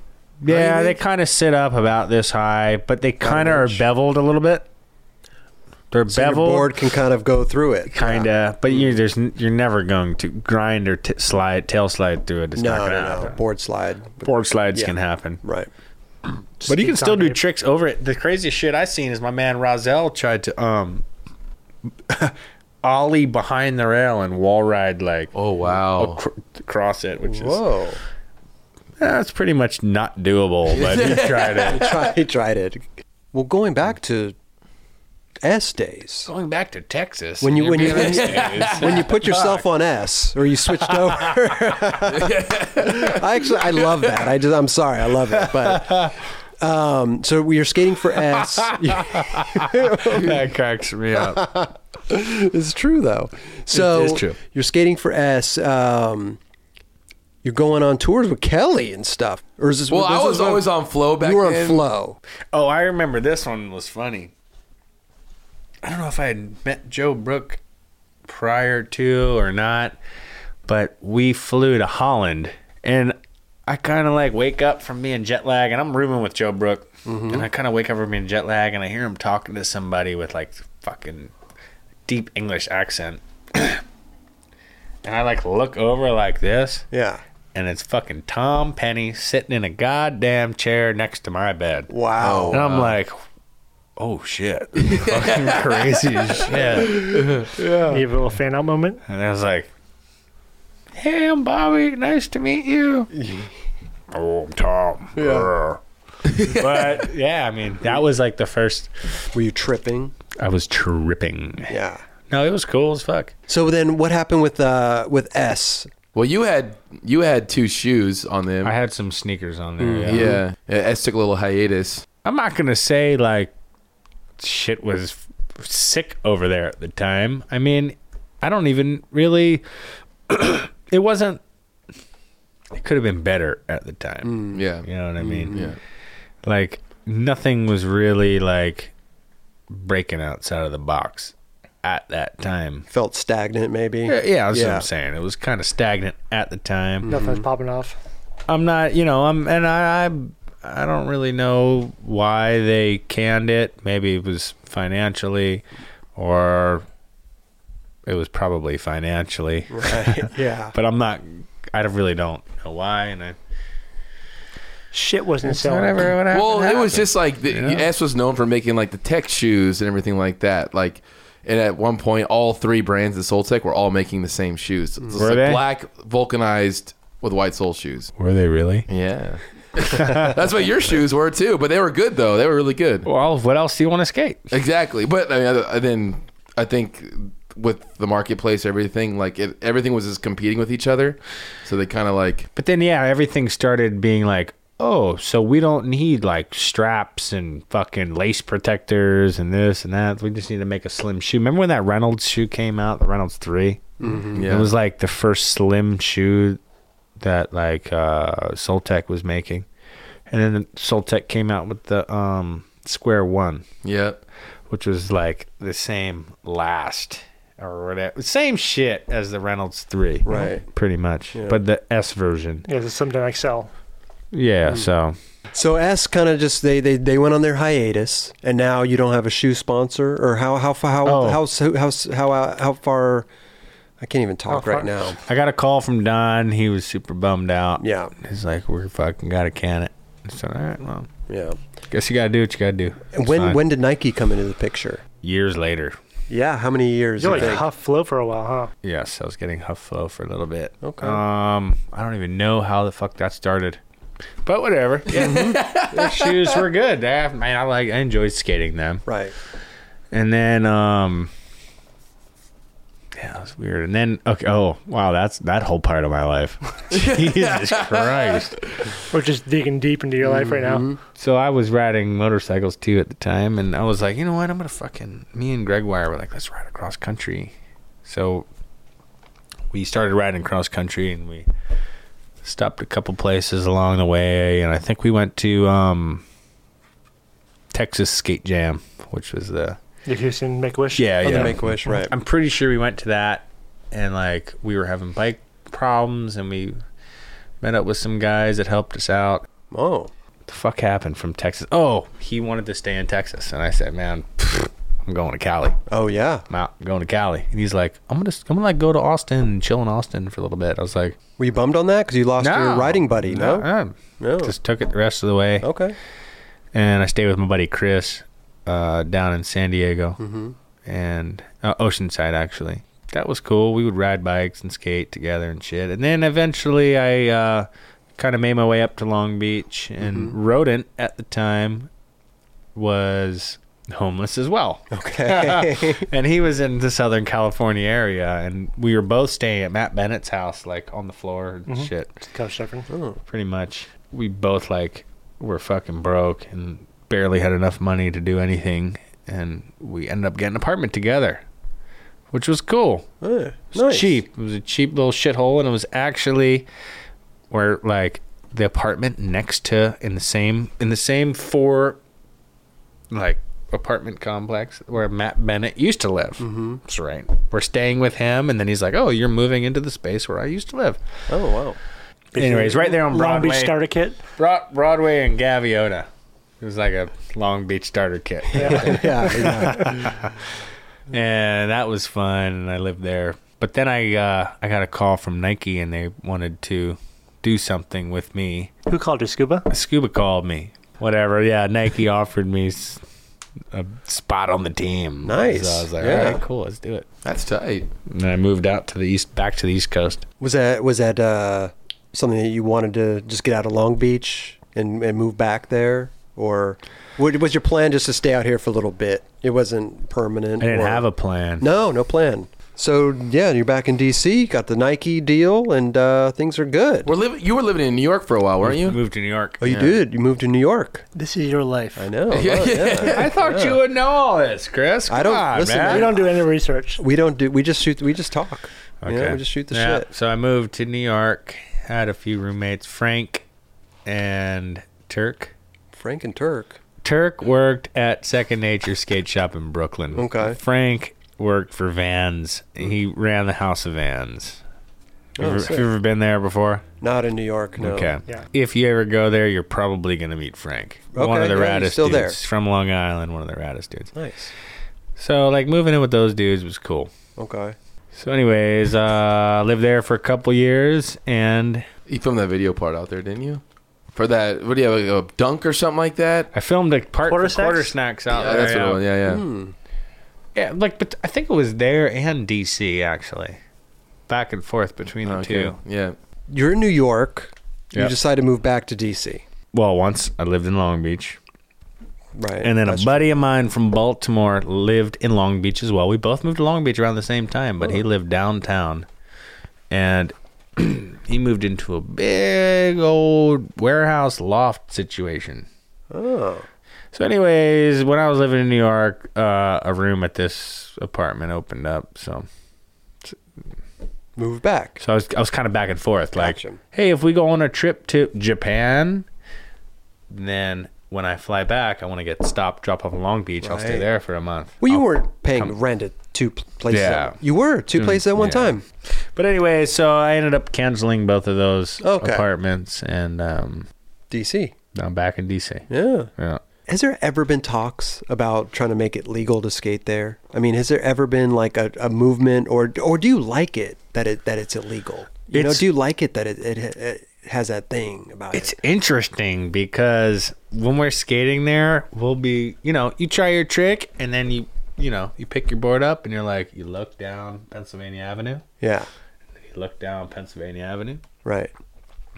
yeah, Right? they kind of sit up about this high, but they kind of are beveled a little bit. They're so your beveled. board can kind of go through it? kind of but you there's n- you're never going to grind or t- slide tail slide through it it's No, not gonna no, no. happen Board slide. board slides Yeah. can happen Right. but you can keep still do talking. tricks over it the craziest shit i seen is my man Rozelle tried to um (laughs) ollie behind the rail and wall ride like Oh (laughs) wow. (laughs) acr- across it which is Whoa. that's pretty much not (laughs) doable but he tried it (laughs) Try, he tried it. Well, going back to S days. going back to texas When you- when you- (laughs) being upstairs. When you put yourself on S or you switched over. I actually I love that. I just I'm sorry, I love it. But um so we are skating for (laughs) S. (laughs) that cracks me up It's true though. So is true. you're skating for S. Um, you're going on tours with Kelly and stuff, or is this? Well, this I is was when- always on flow back You were on then. flow. Oh, I remember this one was funny. I don't know if I had met Joe Brook prior to or not, but we flew to Holland and I kind of like wake up from being jet lag and I'm rooming with Joe Brook and I kind of wake up from being jet lag and I hear him talking to somebody with like fucking deep English accent. (coughs) and I like look over like this Yeah. and it's fucking Tom Penny sitting in a goddamn chair next to my bed. Wow. And I'm like, oh shit. (laughs) fucking crazy as shit. Hmm. You have a little fan out moment. And I was like, hey, I'm Bobby. Nice to meet you. (laughs) oh, I'm Tom. Yeah. (laughs) but yeah, I mean, that was like the first. Were you tripping? I was tripping. Yeah. No, it was cool as fuck. So then, what happened with uh with S? Well, you had you had two shoes on them. I had some sneakers on there. Mm, yeah. yeah, Yeah, S took a little hiatus. I'm not gonna say like shit was f- sick over there at the time. I mean, I don't even really. (clears throat) it wasn't. It could have been better at the time. Yeah, You know what I mean? yeah. Like nothing was really like breaking outside of the box at that time. Felt stagnant, maybe. Yeah, Mm. yeah that's what Yeah. I'm saying. It was kind of stagnant at the time. Nothing's popping off. I'm not, you know, I'm, and I, I, I don't really know why they canned it. Maybe it was financially, or it was probably financially. Right. (laughs) yeah. But I'm not. I don't- really don't know why. And I, Shit wasn't selling. whatever. Well, it was just like the, Yeah. S was known for making like the tech shoes and everything like that. Like, and at one point, all three brands of Soul Tech were all making the same shoes. So it's Were like they? black vulcanized with white sole shoes. Were they really? Yeah, (laughs) that's what your shoes were too. But they were good though. They were really good. Well, what else do you want to skate? Exactly, but I mean, other- and then I think with the marketplace, everything like it, everything was just competing with each other, so they kind of like But then, yeah, everything started being like, oh, so we don't need like straps and fucking lace protectors and this and that. We just need to make a slim shoe. Remember when that Reynolds shoe came out, the Reynolds 3? yeah, It was like the first slim shoe that like uh, Soltec was making. And then Soltec came out with the um, Square One, yeah, which was like the same last or whatever, same shit as the Reynolds 3. Right. Pretty much. Yeah. But the S version. Yeah, there's something I sell. Yeah, so. So S kind of just they, they they went on their hiatus, and now you don't have a shoe sponsor, or how how fa- how Oh. how so- how s- how uh, how far? I can't even talk How far- right now. I got a call from Don. He was super bummed out. Yeah, He's like, we're fucking got to can it. I said, all right, well, yeah. guess you got to do what you got to do. It's when fine. when did Nike come into the picture? Years later. Yeah, how many years? You're you like think? huff flow for a while, huh? Yes, I was getting Huff Flow for a little bit. Okay. Um, I don't even know how the fuck that started. But whatever. (laughs) Yeah. Their shoes were good. I, man, I like I enjoyed skating them. Right. And then um Yeah, that was weird. And then okay, oh, wow, that's that whole part of my life. (laughs) Jesus Christ. We're just digging deep into your life right now. So I was riding motorcycles too at the time, and I was like, you know what? I'm gonna fucking. Me and Greg Wire were like, let's ride across country. So we started riding cross country, and we stopped a couple places along the way, and I think we went to um, Texas Skate Jam, which was the The Houston Make Wish. yeah On yeah. the Make Wish. Right. I'm pretty sure we went to that, and like we were having bike problems, and we met up with some guys that helped us out, oh. the fuck happened from Texas? Oh, he wanted to stay in Texas, and I said, man, pfft, I'm going to Cali. Oh yeah. I'm out. I'm going to Cali, and he's like, I'm gonna, I'm gonna like go to Austin and chill in Austin for a little bit. I was like, Were you bummed on that because you lost your riding buddy? No. Oh. no, No. just took it the rest of the way, okay. (laughs) and I stayed with my buddy Chris uh, down in San Diego and uh, Oceanside actually. That was cool. We would ride bikes and skate together and shit. And then eventually, I uh, kind of made my way up to Long Beach, and Rodent at the time was homeless as well. (laughs) (laughs) Okay. (laughs) and he was in the Southern California area, and we were both staying at Matt Bennett's house, like on the floor and shit Just couch surfing. pretty much we both like were fucking broke and barely had enough money to do anything and we ended up getting an apartment together which was cool Eh, it was cheap it was a cheap little shithole and it was actually where like the apartment next to in the same in the same four like apartment complex where Matt Bennett used to live. Mm-hmm. That's right. We're staying with him, and then he's like, "Oh, you're moving into the space where I used to live." Oh (laughs) wow. Anyways, right there on Long Broadway, Beach starter kit. Bro- Broadway and Gaviota. It was like a Long Beach starter kit, (laughs) yeah, yeah. (laughs) and that was fun. And I lived there, but then I uh, I got a call from Nike, and they wanted to do something with me. Who called you scuba? Scuba called me. Whatever. Yeah, Nike (laughs) offered me s- a spot on the team. Nice. So I was like, Yeah. all right, cool, let's do it. That's tight. And then I moved out to the east, back to the east coast. Was that was that uh, something that you wanted to just get out of Long Beach and, and move back there, or wa- was your plan just to stay out here for a little bit? It wasn't permanent. I didn't or- have a plan. no, no plan. So yeah, you're back in DC, got the Nike deal, and uh, things are good. We're living. You were living in New York for a while, weren't you? Moved to New York. Oh, you did. You moved to New York. This is your life. I know. (laughs) Yeah, Oh, yeah. I thought you would know all this, Chris. I don't- Come on, listen, man. We don't do any research. We don't do. We just shoot. We just talk. Okay. Okay. we just shoot the Yeah, shit. So I moved to New York, had a few roommates, Frank and Turk. Frank and Turk. Turk worked at Second Nature Skate Shop in Brooklyn. Okay. Frank worked for Vans. He ran the house of Vans. Oh, Ever- have sick. you ever been there before? Not in New York. No. Okay. Yeah. If you ever go there, you're probably going to meet Frank. one Okay, of the yeah, he's raddest still dudes there. from Long Island. One of the raddest dudes. Nice. So like moving in with those dudes was cool. Okay. So anyways, uh, lived there for a couple years and You filmed that video part out there, didn't you? For that, what do you have like a dunk or something like that? I filmed a part Quarter quarter, snacks? quarter snacks out yeah, there. that's what it was. Yeah, yeah. Yeah, like, but I think it was there and DC actually, back and forth between the Okay. two. Yeah. You're in New York. You Yeah. decide to move back to DC. Well, once I lived in Long Beach, Right. and then a That's buddy of mine from Baltimore lived in Long Beach as well. We both moved to Long Beach around the same time, but he Oh. lived downtown, and (clears throat) he moved into a big old warehouse loft situation. Oh, So, anyways, when I was living in New York, uh, a room at this apartment opened up. So, move back. so I was I was kind of back and forth. Gotcha. Like, hey, if we go on a trip to Japan, then when I fly back, I want to get stopped, drop off in Long Beach. I'll stay Right. there for a month. Well, you I'll- weren't paying rent at two pl- places. Yeah. Mm, At, you were two places at one yeah. time. But anyway, so I ended up canceling both of those Okay. apartments, and um, DC. now I'm back in DC. Yeah. Yeah. Has there ever been talks about trying to make it legal to skate there? I mean, has there ever been like a, a movement, or or do you like it that it that it's illegal? You know, It's- do you like it that it, it, it has that thing about It's it? interesting because when we're skating there, we'll be, you know, you try your trick and then you, you know, you pick your board up and you're like, you look down Pennsylvania Avenue, Yeah, you look down Pennsylvania Avenue, right.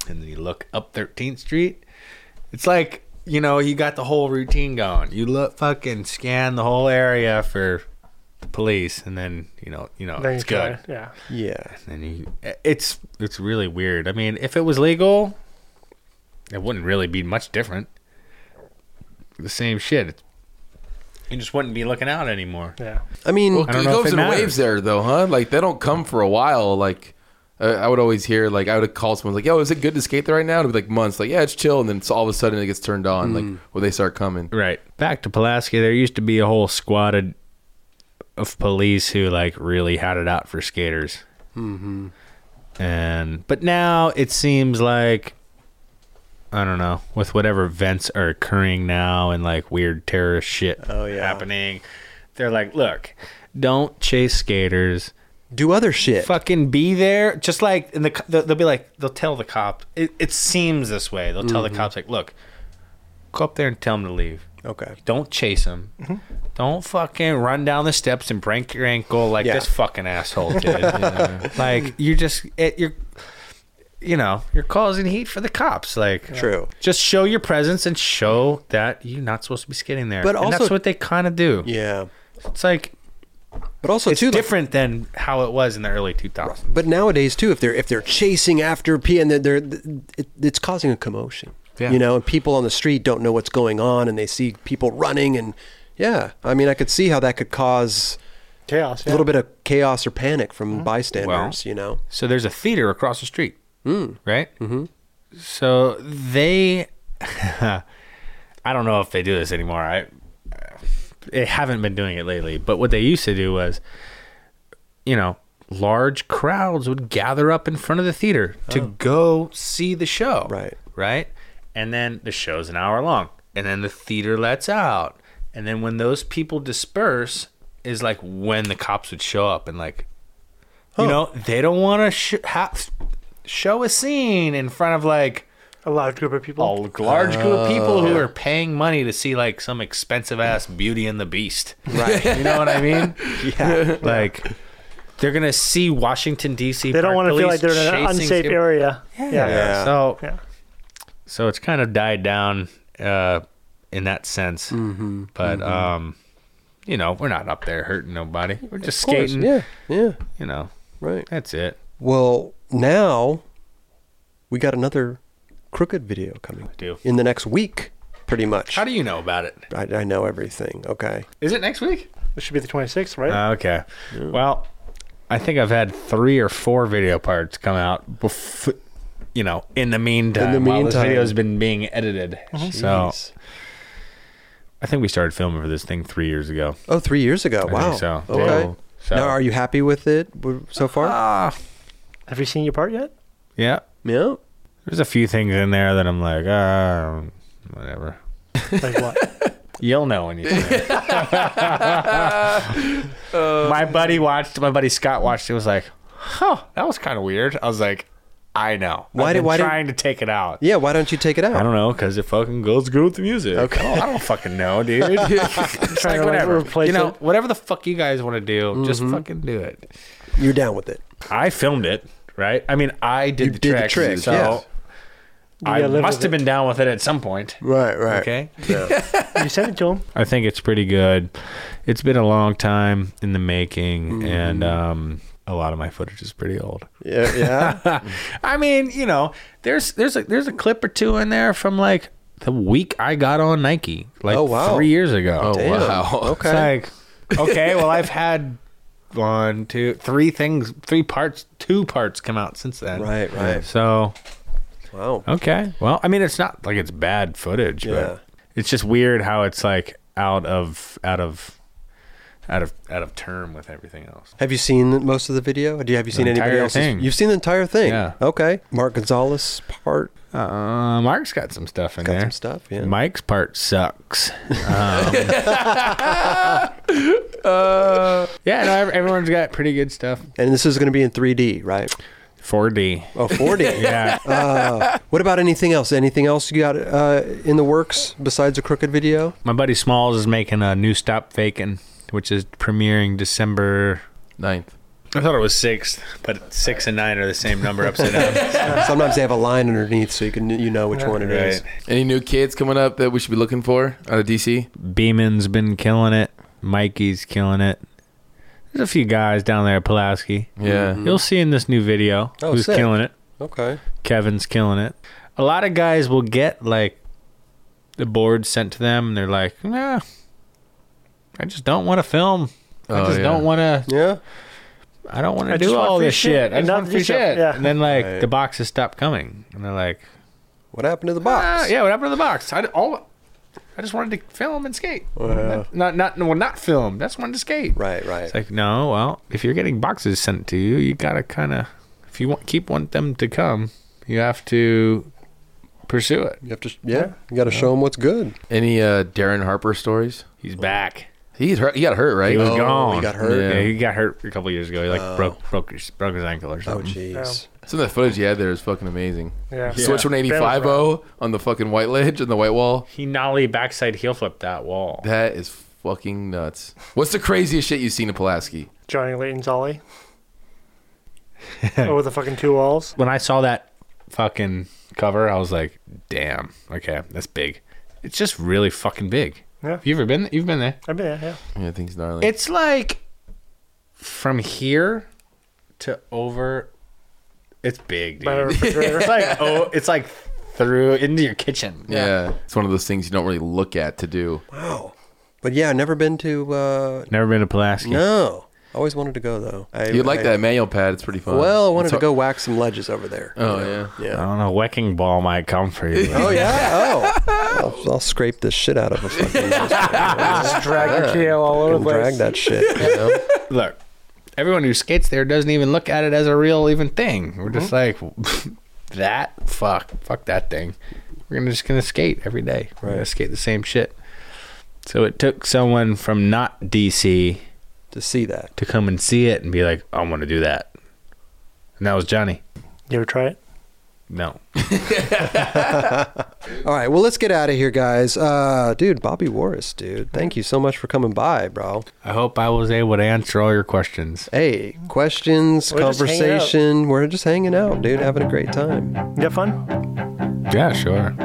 and then you look up 13th Street. It's like, you know, you got the whole routine going. You look fucking scan the whole area for the police and then, you know, you know, Then Oh, it's you try. good. Yeah. Yeah, And you, it's it's really weird. I mean, if it was legal, it wouldn't really be much different. The same shit. You just wouldn't be looking out anymore. Yeah. I mean, Well, I don't it know if goes it in matters. waves there, though, huh? Like they don't come for a while. Like uh, I would always hear, like I would call someone, like, "Yo, is it good to skate there right now?" It'd be like months, like, "Yeah, it's chill," and then it's all of a sudden it gets turned on, Mm. like when they start coming. Right. Back to Pulaski, there used to be a whole squad of- of police who like really had it out for skaters. Mm-hmm. And but now it seems like I don't know with whatever events are occurring now and like weird terrorist shit Oh, yeah. happening. They're like, look, don't chase skaters do other shit. fucking be there. Just like in the, co- they'll they'll be like, they'll tell the cop. It, it seems this way. They'll Mm-hmm. tell the cops like, look, go up there and tell them to leave. Okay. Don't chase them. Mm-hmm. Don't fucking run down the steps and break your ankle like Yeah. this fucking asshole did. (laughs) Like you're just it, you're. You know, you're causing heat for the cops. Like, True. Just show your presence and show that you're not supposed to be skating there. But But also, also- that's what they kind of do. Yeah, It's like but also it's too like- different than how it was in the early 2000s. But nowadays too, if they're if they're chasing after P and they're, they're it, it's causing a commotion. Yeah. You know, and people on the street don't know what's going on, and they see people running, and yeah, I mean, I could see how that could cause Chaos. a little bit of chaos or panic from Mm-hmm. bystanders. you know, So there's a theater across the street, Mm. right? Mm-hmm. So (laughs) they, I don't know if they do this anymore. I, they haven't been doing it lately, but what they used to do was, you know, large crowds would gather up in front of the theater to go see the show. Right. Right. And then the show's an hour long. And then the theater lets out. And then when those people disperse, is like when the cops would show up and like, you know, they don't want to sh- ha- show a scene in front of like A large group of people. a large group of people who are paying money to see like some expensive ass Beauty and the Beast. (laughs) Right. you know what I (laughs) mean? Yeah. Like they're gonna see Washington D.C. they don't park want to feel like police they're in an chasing unsafe people. area. yeah. Yeah. So Yeah. so it's kind of died down uh, in that sense. Mm-hmm. But um, you know, we're not up there hurting nobody. We're (laughs) just skating. Yeah. Yeah. You know, Right. that's it. Well, now we got another crooked video coming. do. In the next week, pretty much. How do you know about it? I, I know everything. Okay. Is it next week? It should be the 26th, right? Okay. Well, I think I've had three or four video parts come out before, you know, in the meantime, while this meantime. video's been being edited. So Jeez. I think we started filming for this thing three years ago. Oh, three years ago. I Wow. think so. Okay. Yeah. So- Now, are you happy with it w- so far? Ah, Have you seen your part yet? yeah. yeah. There's a few things in there that I'm like, ah, whatever. Like what? You'll know when you see it. my buddy watched. My buddy Scott watched. It was like, huh, that was kind of weird. I was like, I know. Why I've did- been why did- trying to take it out? Yeah. Why don't you take it out? I don't know, because it fucking goes good with the music. Okay. Oh, I don't, I don't fucking know, dude. it's like, to, like, whatever. replace you know, it. whatever the fuck you guys want to do, just fucking do it. You're down with it. I filmed it, right? I mean, I did You the did the tricks, trick, so yes. I gotta live must with have been down with it at some point. Right. Right. Okay. you sent it to him. I think it's pretty good. It's been a long time in the making, and um, a lot of my footage is pretty old. Yeah. Yeah. (laughs) I mean, you know, there's there's a there's a clip or two in there from like the week I got on Nike, like Oh, wow. three years ago. Oh, Damn. wow. (laughs) Okay. It's like, okay, well, I've had one, two, three things, three parts, two parts come out since then. right. Right. So, Wow. okay. Well, I mean, it's not like it's bad footage, Yeah. but it's just weird how it's like out of, out of, out of, out of term with everything else. Have you seen most of the video? Do you have you seen anybody entire else? thing. You've seen the entire thing. Yeah. Okay. Mark Gonzalez part Uh, Mark's got some stuff in got there. some stuff. Yeah. Mike's part sucks. Um, (laughs) Uh, yeah, no, ev- everyone's got pretty good stuff. and this is going to be in 3D, right? 4D. Oh, (laughs) 4D. Yeah. (laughs) What about anything else? Anything else you got uh, in the works besides a crooked video? My buddy Smalls is making a new Stop Faking, which is premiering December. Ninth. I thought it was sixth, but six and nine are the same number upside down. Sometimes they have a line underneath so you can you know which one it is. Any new kids coming up that we should be looking for out of DC? (laughs) Beeman's been killing it. Mikey's killing it. There's a few guys down there at Pulaski. Yeah. You'll see in this new video Oh, who's sick. killing it. Okay. Kevin's killing it. A lot of guys will get like the board sent to them and they're like, nah, I just don't want to film. I Oh, just yeah. don't want to. Yeah. I don't want I to just do want all free this shit shit. I and just not want free free shit." shit. Yeah. And then like Right. the boxes stop coming, and they're like, What happened to the ah, box? yeah, what happened to the box? I d- all. I just wanted to film and skate. Wow. Not not no, well, not film. That's wanted to skate. Right, right. It's like no, well, if you're getting boxes sent to you, you gotta kind of, if you want keep want them to come, you have to pursue it. you have to yeah, you got to show them what's good. Any uh, Darren Harper stories? He's back. He's hurt. He got hurt, right? He was Oh, gone. he got hurt? Yeah. Yeah. he got hurt a couple years ago. He like broke broke his, broke his ankle or Oh something. jeez. Some of that footage he had there is fucking amazing. Yeah. Switch from an 85 0 on the fucking white ledge and the white wall. he nollie backside heel flipped that wall. That is fucking nuts. What's the craziest shit you've seen in Pulaski? Johnny Layton's Ollie. Over the fucking two walls. When I saw that fucking cover, I was like, damn. Okay, that's big. It's just really fucking big. Yeah. Have you ever been? You've been there. I mean, yeah, yeah. Yeah, I think it's gnarly. It's like from here to over. It's big, By the dude. refrigerator. (laughs) it's like oh, it's like through into your kitchen. yeah, it's one of those things you don't really look at to do. Wow. But yeah, never been to uh Never been to Pulaski. no. Always wanted to go though. I, You'd like I- that manual pad. It's pretty fun. Well, I wanted It's to hard- go whack some ledges over there. Oh, yeah. I Yeah. don't know. Wecking ball might come for you. Oh yeah. Oh. I'll, I'll I'll scrape this shit out of a fucking Just drag your tail all over the and place. drag that shit. You know? Look, everyone who skates there doesn't even look at it as a real even thing. We're just like (laughs) that. Fuck, fuck that thing. We're gonna just gonna skate every day. We're gonna Right. skate the same shit. So it took someone from not DC to see that. to come and see it and be like, I want to do that. And that was Johnny. You ever try it? No. All right, well, let's get out of here, guys. Uh, dude, Bobby Warris, dude, thank you so much for coming by, bro. I hope I was able to answer all your questions. Hey, questions, We're just hanging out. conversation. We're just hanging out, dude, having a great time. You have fun? Yeah, sure.